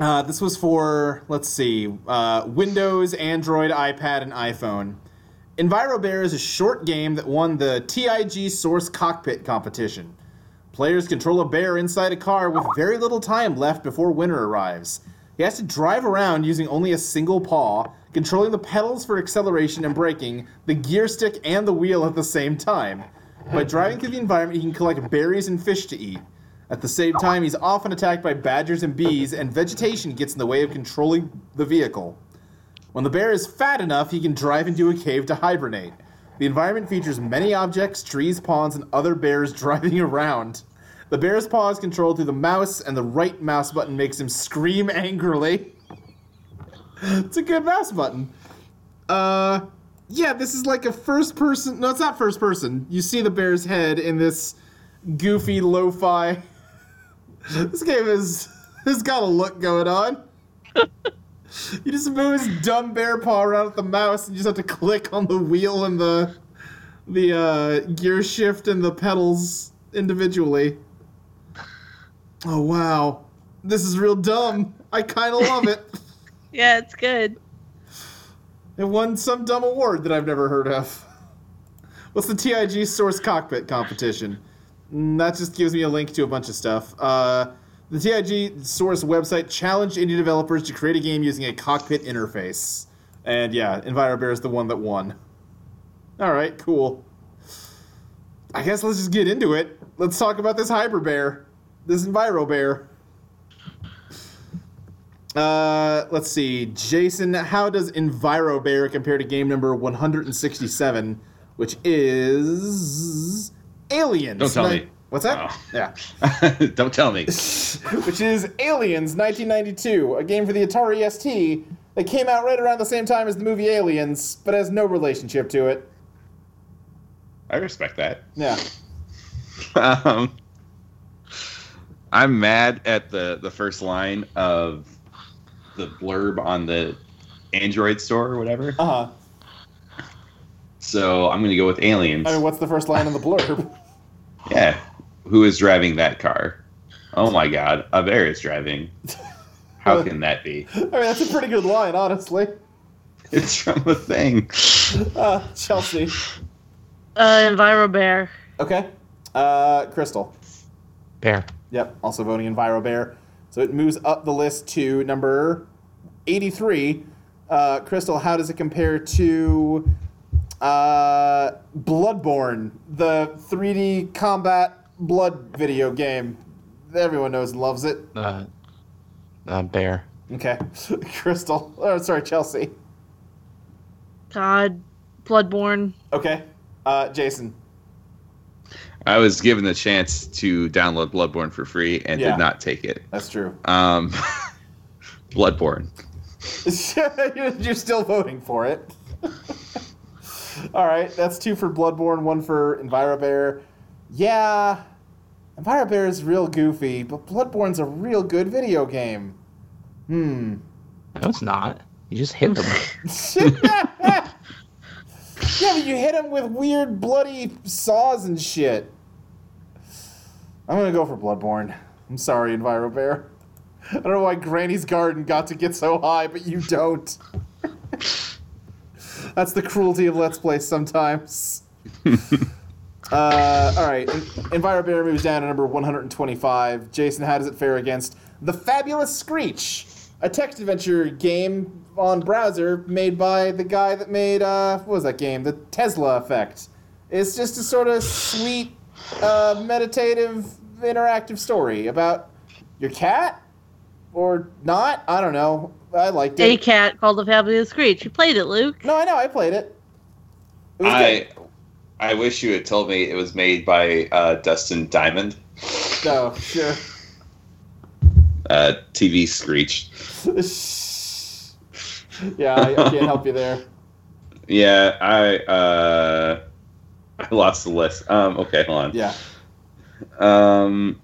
[SPEAKER 2] Uh, this was for let's see, uh, Windows, Android, iPad, and iPhone. EnviroBear is a short game that won the TIG Source Cockpit competition. Players control a bear inside a car with very little time left before winter arrives. He has to drive around using only a single paw, controlling the pedals for acceleration and braking, the gear stick, and the wheel at the same time. By driving through the environment, he can collect berries and fish to eat. At the same time, he's often attacked by badgers and bees, and vegetation gets in the way of controlling the vehicle. When the bear is fat enough, he can drive into a cave to hibernate. The environment features many objects, trees, ponds, and other bears driving around. The bear's paw is controlled through the mouse, and the right mouse button makes him scream angrily. it's a good mouse button. Uh, yeah, this is like a first person. No, it's not first person. You see the bear's head in this goofy lo fi. this game is. It's got a look going on. You just move his dumb bear paw around with the mouse, and you just have to click on the wheel and the the uh, gear shift and the pedals individually. Oh wow, this is real dumb. I kind of love it.
[SPEAKER 4] Yeah, it's good.
[SPEAKER 2] It won some dumb award that I've never heard of. What's the TIG Source Cockpit competition? Mm, That just gives me a link to a bunch of stuff. Uh, the TIG Source website challenged indie developers to create a game using a cockpit interface. And yeah, EnviroBear is the one that won. All right, cool. I guess let's just get into it. Let's talk about this Hyper Bear, this Enviro Bear. Uh, let's see, Jason. How does Enviro Bear compare to game number 167, which is Aliens?
[SPEAKER 5] Don't tell
[SPEAKER 2] Ni-
[SPEAKER 5] me.
[SPEAKER 2] What's that?
[SPEAKER 5] Oh.
[SPEAKER 2] Yeah,
[SPEAKER 5] Don't tell me.
[SPEAKER 2] which is Aliens 1992, a game for the Atari ST that came out right around the same time as the movie Aliens, but has no relationship to it.
[SPEAKER 5] I respect that.
[SPEAKER 2] Yeah.
[SPEAKER 5] um, I'm mad at the the first line of the blurb on the Android store or whatever.
[SPEAKER 2] Uh huh.
[SPEAKER 5] So I'm gonna go with aliens.
[SPEAKER 2] I mean, what's the first line in the blurb?
[SPEAKER 5] Yeah. Who is driving that car? Oh my god, a bear is driving. How can that be?
[SPEAKER 2] I mean, that's a pretty good line, honestly.
[SPEAKER 5] It's from a thing.
[SPEAKER 2] Uh, Chelsea.
[SPEAKER 4] Uh, EnviroBear.
[SPEAKER 2] Okay. Uh, Crystal.
[SPEAKER 3] Bear.
[SPEAKER 2] Yep. Also voting EnviroBear. So it moves up the list to number 83. Uh, Crystal, how does it compare to uh, Bloodborne, the 3D combat blood video game? Everyone knows and loves it.
[SPEAKER 3] Uh, uh, bear.
[SPEAKER 2] Okay. Crystal. Oh, sorry, Chelsea.
[SPEAKER 4] God. Bloodborne.
[SPEAKER 2] Okay. Uh, Jason.
[SPEAKER 5] I was given the chance to download Bloodborne for free and
[SPEAKER 2] Yeah.
[SPEAKER 5] did not take it.
[SPEAKER 2] That's true.
[SPEAKER 5] Um, Bloodborne.
[SPEAKER 2] You're you're still voting for it. All right, that's two for Bloodborne, one for EnviroBear. Yeah, EnviroBear is real goofy, but Bloodborne's a real good video game. Hmm.
[SPEAKER 3] No, it's not. You just hit them.
[SPEAKER 2] yeah, but you hit him with weird bloody saws and shit. I'm gonna go for Bloodborne. I'm sorry, EnviroBear. I don't know why Granny's Garden got to get so high, but you don't. That's the cruelty of Let's Play sometimes. uh, all right, En- EnviroBear moves down to number 125. Jason, how does it fare against The Fabulous Screech, a text adventure game on browser made by the guy that made, uh, what was that game? The Tesla Effect. It's just a sort of sweet, uh, meditative, interactive story about your cat or not. I don't know. I liked
[SPEAKER 4] A
[SPEAKER 2] it.
[SPEAKER 4] cat called the Fabulous Screech. You played it, Luke.
[SPEAKER 2] No, I know. I played it. It was good.
[SPEAKER 5] I I wish you had told me it was made by uh, Dustin Diamond.
[SPEAKER 2] No, sure.
[SPEAKER 5] Uh, TV Screech.
[SPEAKER 2] yeah, I, I can't help you there.
[SPEAKER 5] Yeah, I uh, I lost the list. Um, okay, hold on.
[SPEAKER 2] Yeah.
[SPEAKER 5] Um,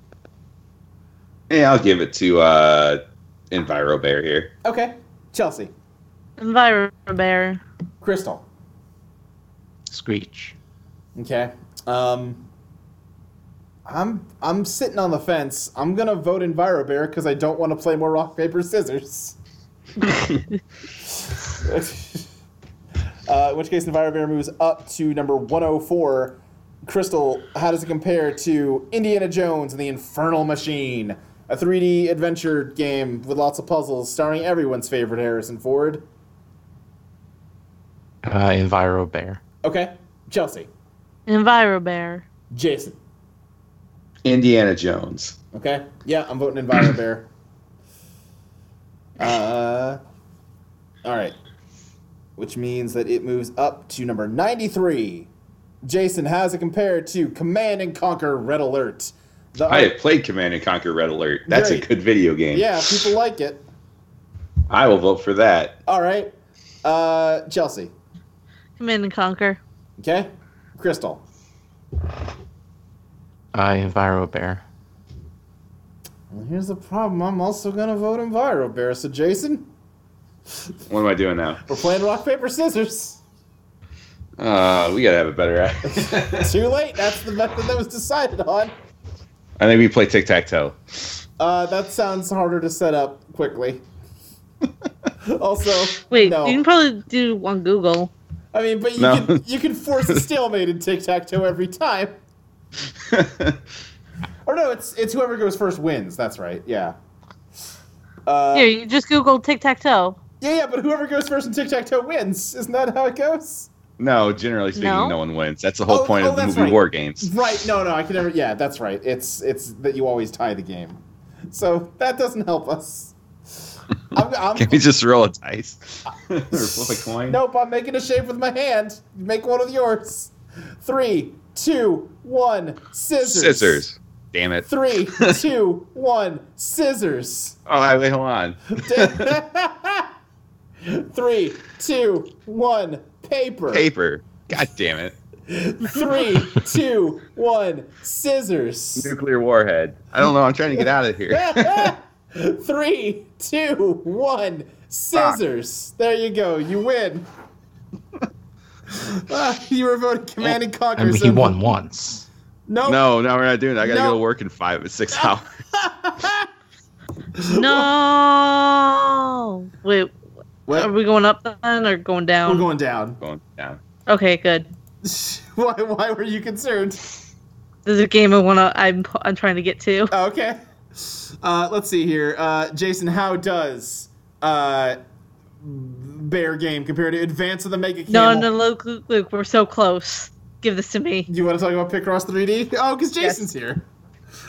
[SPEAKER 5] yeah, I'll give it to uh, Enviro Bear here.
[SPEAKER 2] Okay. Chelsea.
[SPEAKER 4] EnviroBear.
[SPEAKER 2] Crystal.
[SPEAKER 3] Screech.
[SPEAKER 2] Okay. Um I'm I'm sitting on the fence. I'm gonna vote EnviroBear because I don't want to play more rock, paper, scissors. uh, in which case EnviroBear moves up to number 104. Crystal, how does it compare to Indiana Jones and the Infernal Machine? A 3D adventure game with lots of puzzles starring everyone's favorite Harrison Ford.
[SPEAKER 3] Uh, Enviro Bear.
[SPEAKER 2] Okay. Chelsea.
[SPEAKER 4] EnviroBear.
[SPEAKER 2] Jason.
[SPEAKER 5] Indiana Jones.
[SPEAKER 2] Okay. Yeah, I'm voting EnviroBear. uh, all right. Which means that it moves up to number 93. Jason, how's it compared to Command and Conquer Red Alert? The
[SPEAKER 5] I have played Command and Conquer Red Alert. That's
[SPEAKER 2] Great.
[SPEAKER 5] a good video game.
[SPEAKER 2] yeah, people like it.
[SPEAKER 5] I will vote for that.
[SPEAKER 2] All right. Uh, Chelsea.
[SPEAKER 4] Command and Conquer.
[SPEAKER 2] Okay. Crystal.
[SPEAKER 3] Uh, Enviro Bear.
[SPEAKER 2] Well, here's the problem. I'm also going to vote EnviroBear. So, Jason,
[SPEAKER 5] What am I doing now?
[SPEAKER 2] we're playing rock, paper, scissors.
[SPEAKER 5] Uh, we gotta have a better. I
[SPEAKER 2] Too late. That's the method that was decided on.
[SPEAKER 5] think we play tic tac toe.
[SPEAKER 2] Uh, that sounds harder to set up quickly. Also,
[SPEAKER 4] Wait,
[SPEAKER 2] no.
[SPEAKER 4] you can probably do on Google.
[SPEAKER 2] I mean, but you
[SPEAKER 5] No.
[SPEAKER 2] can you can force a stalemate in tic tac toe every time. Or no, it's it's whoever goes first wins. That's right. Yeah. Uh,
[SPEAKER 4] Here, you just Google tic tac toe.
[SPEAKER 2] yeah, yeah, but whoever goes first in tic tac toe wins. Isn't that how it goes?
[SPEAKER 5] no, generally speaking,
[SPEAKER 4] No?
[SPEAKER 5] no, one wins. That's the whole
[SPEAKER 2] Oh,
[SPEAKER 5] point
[SPEAKER 2] oh,
[SPEAKER 5] of the
[SPEAKER 2] that's
[SPEAKER 5] movie
[SPEAKER 2] right.
[SPEAKER 5] War Games.
[SPEAKER 2] Right. No, no, I can never. Yeah, that's right. It's it's that you always tie the game, so that doesn't help us. I'm, I'm,
[SPEAKER 5] Can we just roll a dice or flip a coin?
[SPEAKER 2] nope, I'm making a shape with my hand. Make one of yours. Three, two, one, scissors.
[SPEAKER 5] Scissors. Damn it.
[SPEAKER 2] Three, two, one, scissors.
[SPEAKER 5] Oh, wait, hold on.
[SPEAKER 2] Three, two, one, paper.
[SPEAKER 5] Paper. God damn it.
[SPEAKER 2] Three, two, one, scissors.
[SPEAKER 5] Nuclear warhead. I don't know. I'm trying to get out of here.
[SPEAKER 2] Three, two, one, scissors. There you go. You win. Ah, you were voted command and conquer.
[SPEAKER 3] I mean, he
[SPEAKER 2] so-
[SPEAKER 3] won once.
[SPEAKER 2] Nope.
[SPEAKER 5] No, no, we're not doing it. I gotta
[SPEAKER 2] No.
[SPEAKER 5] go to work in five, six hours.
[SPEAKER 4] No. Wait, are
[SPEAKER 2] What?
[SPEAKER 4] we going up then or going
[SPEAKER 2] We're
[SPEAKER 4] down?
[SPEAKER 2] going down.
[SPEAKER 5] Going down.
[SPEAKER 4] okay, good.
[SPEAKER 2] why? Why were you concerned?
[SPEAKER 4] There's a game I wanna. I'm I'm trying to get to.
[SPEAKER 2] Oh, okay. Uh, let's see here. Uh, Jason, how does uh, Bear Game compare to Advance of the Mega
[SPEAKER 4] No,
[SPEAKER 2] Camel?
[SPEAKER 4] no, Luke, Luke, Luke, we're so close. Give this to me.
[SPEAKER 2] You want to talk about Picross 3D? Oh, because Jason's here.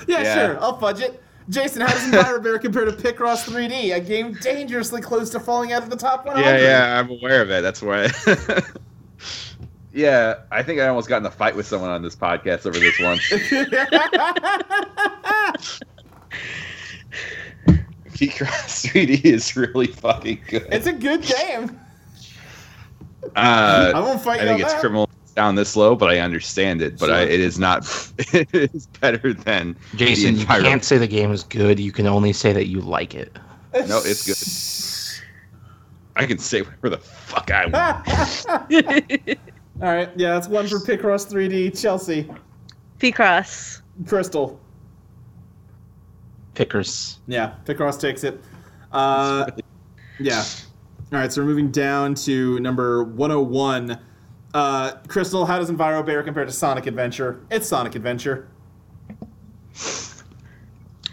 [SPEAKER 2] Yeah,
[SPEAKER 5] Yeah.
[SPEAKER 2] sure. I'll fudge it. Jason, how does Enviro Bear compare to Picross 3D? A game dangerously close to falling out of the top 100.
[SPEAKER 5] Yeah, yeah, I'm aware of it. That's why. I- yeah, I think I almost got in a fight with someone on this podcast over this one. Picross 3D is really fucking good.
[SPEAKER 2] it's a good game. I
[SPEAKER 5] Uh,
[SPEAKER 2] won't fight
[SPEAKER 5] I
[SPEAKER 2] you
[SPEAKER 5] think
[SPEAKER 2] on
[SPEAKER 5] it's
[SPEAKER 2] that.
[SPEAKER 5] criminal down this low, but I understand it. But I,
[SPEAKER 2] Sure.
[SPEAKER 5] it is not. It is better than
[SPEAKER 3] Jason,
[SPEAKER 5] the
[SPEAKER 3] you
[SPEAKER 5] Enviro-
[SPEAKER 3] can't say the game is good. You can only say that you like it.
[SPEAKER 5] No, it's good. I can say whatever the fuck I want.
[SPEAKER 2] All right. Yeah, that's one for Picross 3D. Chelsea,
[SPEAKER 4] P-Cross.
[SPEAKER 2] Crystal.
[SPEAKER 3] Pickers.
[SPEAKER 2] Yeah, Picross takes it. Uh, yeah. All right, so we're moving down to number 101. Uh, Crystal, how does Enviro Bear compare to Sonic Adventure? It's Sonic Adventure.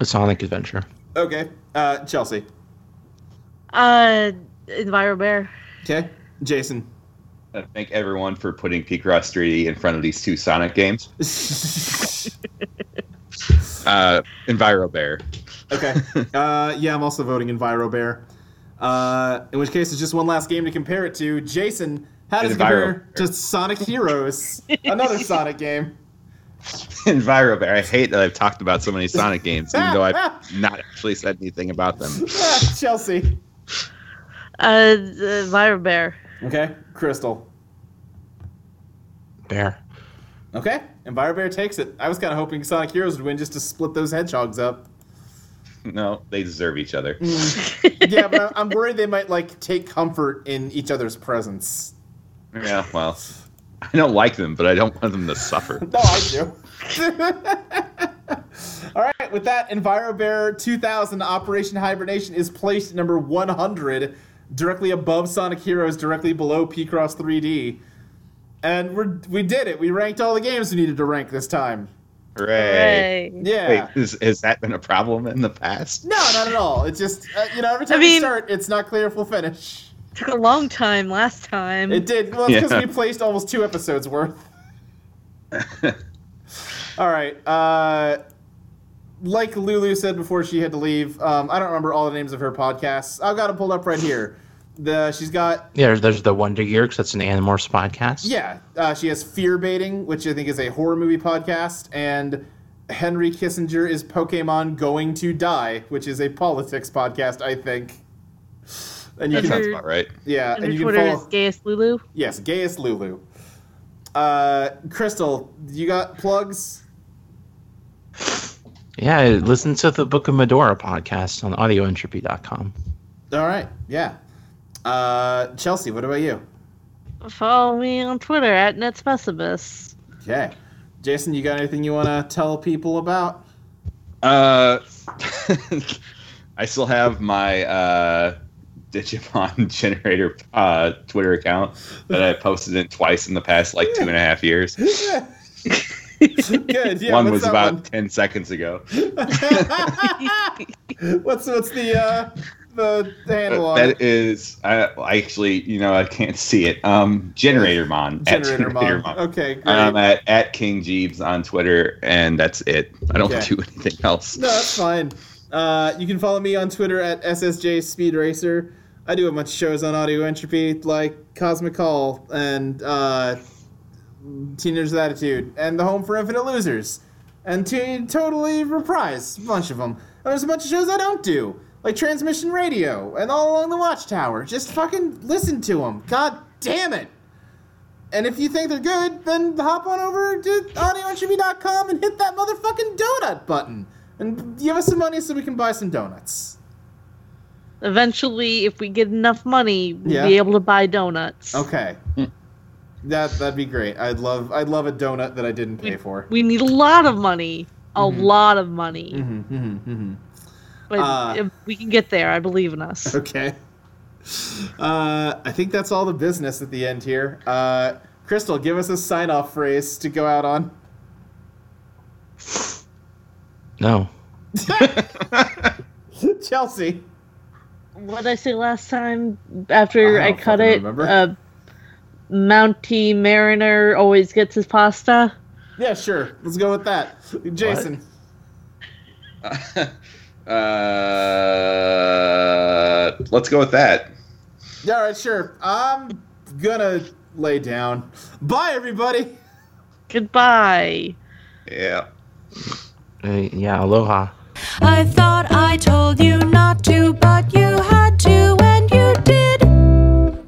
[SPEAKER 3] A Sonic Adventure.
[SPEAKER 2] Okay. Uh, Chelsea.
[SPEAKER 4] Uh, EnviroBear.
[SPEAKER 2] Okay. Jason.
[SPEAKER 5] I thank everyone for putting Picross 3D in front of these two Sonic games. Uh, Enviro Bear.
[SPEAKER 2] okay. Uh, yeah, I'm also voting Enviro Bear. Uh, in which case, it's just one last game to compare it to. Jason, how does it compare
[SPEAKER 5] Enviro Bear.
[SPEAKER 2] to Sonic Heroes? Another Sonic game.
[SPEAKER 5] Enviro Bear. I hate that I've talked about so many Sonic games, even though I've not actually said anything about them.
[SPEAKER 2] Ah, Chelsea.
[SPEAKER 4] Uh, EnviroBear.
[SPEAKER 2] Okay. Crystal.
[SPEAKER 3] Bear.
[SPEAKER 2] Okay, Envirobear takes it. I was kind of hoping Sonic Heroes would win just to split those hedgehogs up.
[SPEAKER 5] No, they deserve each other.
[SPEAKER 2] yeah, but I- I'm worried they might like take comfort in each other's presence.
[SPEAKER 5] Yeah, well, I don't like them, but I don't want them to suffer.
[SPEAKER 2] No, I do. All right, with that, Envirobear 2000 Operation Hibernation is placed at number 100, directly above Sonic Heroes, directly below Picross 3D. And we're, we did it. We ranked all the games we needed to rank this time.
[SPEAKER 5] Hooray.
[SPEAKER 4] Hooray.
[SPEAKER 2] Yeah.
[SPEAKER 5] Wait, is, has that been a problem in the past?
[SPEAKER 2] No, not at all. It's just, uh, you know, every time we
[SPEAKER 4] mean-
[SPEAKER 2] start, it's not clear if we'll finish.
[SPEAKER 4] Took a long time last time.
[SPEAKER 2] It did. Well, it's because
[SPEAKER 5] Yeah.
[SPEAKER 2] we placed almost two episodes worth. all right. Uh, like Lulu said before she had to leave, um, I don't remember all the names of her podcasts. I've got them pulled up right here. The she's got
[SPEAKER 3] Yeah, there's the Wonder Year because that's an Animorphs podcast.
[SPEAKER 2] yeah. Uh, she has fear baiting, which I think is a horror movie podcast, and Henry Kissinger is Pokemon going to die, which is a politics podcast, I think. And you
[SPEAKER 5] That
[SPEAKER 2] can
[SPEAKER 4] That's
[SPEAKER 5] sounds
[SPEAKER 4] her-
[SPEAKER 5] about right.
[SPEAKER 2] yeah,
[SPEAKER 4] and
[SPEAKER 2] uh, and
[SPEAKER 4] your
[SPEAKER 2] you can
[SPEAKER 4] Twitter
[SPEAKER 2] follow.
[SPEAKER 4] is gayest Lulu.
[SPEAKER 2] Yes, gayest Lulu. Uh, Crystal, you got plugs?
[SPEAKER 3] Yeah, listen to the Book of Medora podcast on audioentropy.com.
[SPEAKER 2] All right, yeah. Uh, Chelsea, what about you?
[SPEAKER 4] Follow me on Twitter at netspecibus.
[SPEAKER 2] Okay. Jason, you got anything you want to tell people about?
[SPEAKER 5] Uh, I still have my uh, Digimon generator uh, Twitter account that I posted in twice in the past like two and a half years.
[SPEAKER 2] Good. Yeah,
[SPEAKER 5] one
[SPEAKER 2] what's
[SPEAKER 5] was
[SPEAKER 2] that
[SPEAKER 5] about
[SPEAKER 2] one?
[SPEAKER 5] ten seconds ago.
[SPEAKER 2] what's what's the uh, the the handle on it?
[SPEAKER 5] Uh, That is, I I actually, you know, I can't see it. Um, generator mon. at
[SPEAKER 2] Generator mom. Okay, great.
[SPEAKER 5] I'm at, at King Jeeves on Twitter, and that's it. I don't
[SPEAKER 2] Okay.
[SPEAKER 5] do anything else.
[SPEAKER 2] No, that's fine. Uh, you can follow me on Twitter at SSJ Speed Racer. I do a bunch of shows on Audio Entropy, like Cosmic Call and uh, Teenagers with Attitude, and The Home for Infinite Losers, and Teen Totally Reprise, a bunch of them. And there's a bunch of shows I don't do, like Transmission Radio and All Along the Watchtower. Just fucking listen to them. God damn it! And if you think they're good, then hop on over to audioentropy.com and hit that motherfucking donut button. And give us some money so we can buy some donuts.
[SPEAKER 4] Eventually, if we get enough money, we'll
[SPEAKER 2] Yeah.
[SPEAKER 4] be able to buy donuts.
[SPEAKER 2] Okay. that that'd be great. I'd love I'd love a donut that I didn't pay for.
[SPEAKER 4] We need a lot of money. A
[SPEAKER 2] Mm-hmm.
[SPEAKER 4] lot of money.
[SPEAKER 2] hmm hmm hmm
[SPEAKER 4] But
[SPEAKER 2] Uh,
[SPEAKER 4] if we can get there. I believe in us.
[SPEAKER 2] Okay. Uh, I think that's all the business at the end here. Uh, Crystal, give us a sign off phrase to go out on.
[SPEAKER 3] No.
[SPEAKER 2] Chelsea.
[SPEAKER 4] What did I say last time after
[SPEAKER 2] I
[SPEAKER 4] I,
[SPEAKER 2] don't
[SPEAKER 4] cut
[SPEAKER 2] fucking
[SPEAKER 4] it?
[SPEAKER 2] remember.
[SPEAKER 4] Uh, Mountie Mariner always gets his pasta.
[SPEAKER 2] Yeah, sure. Let's go with that. Jason.
[SPEAKER 5] Uh, let's go with that.
[SPEAKER 2] All right, sure. I'm gonna lay down. Bye, everybody.
[SPEAKER 4] Goodbye.
[SPEAKER 5] Yeah.
[SPEAKER 3] Uh, yeah, aloha.
[SPEAKER 1] I thought I told you not to, but you had to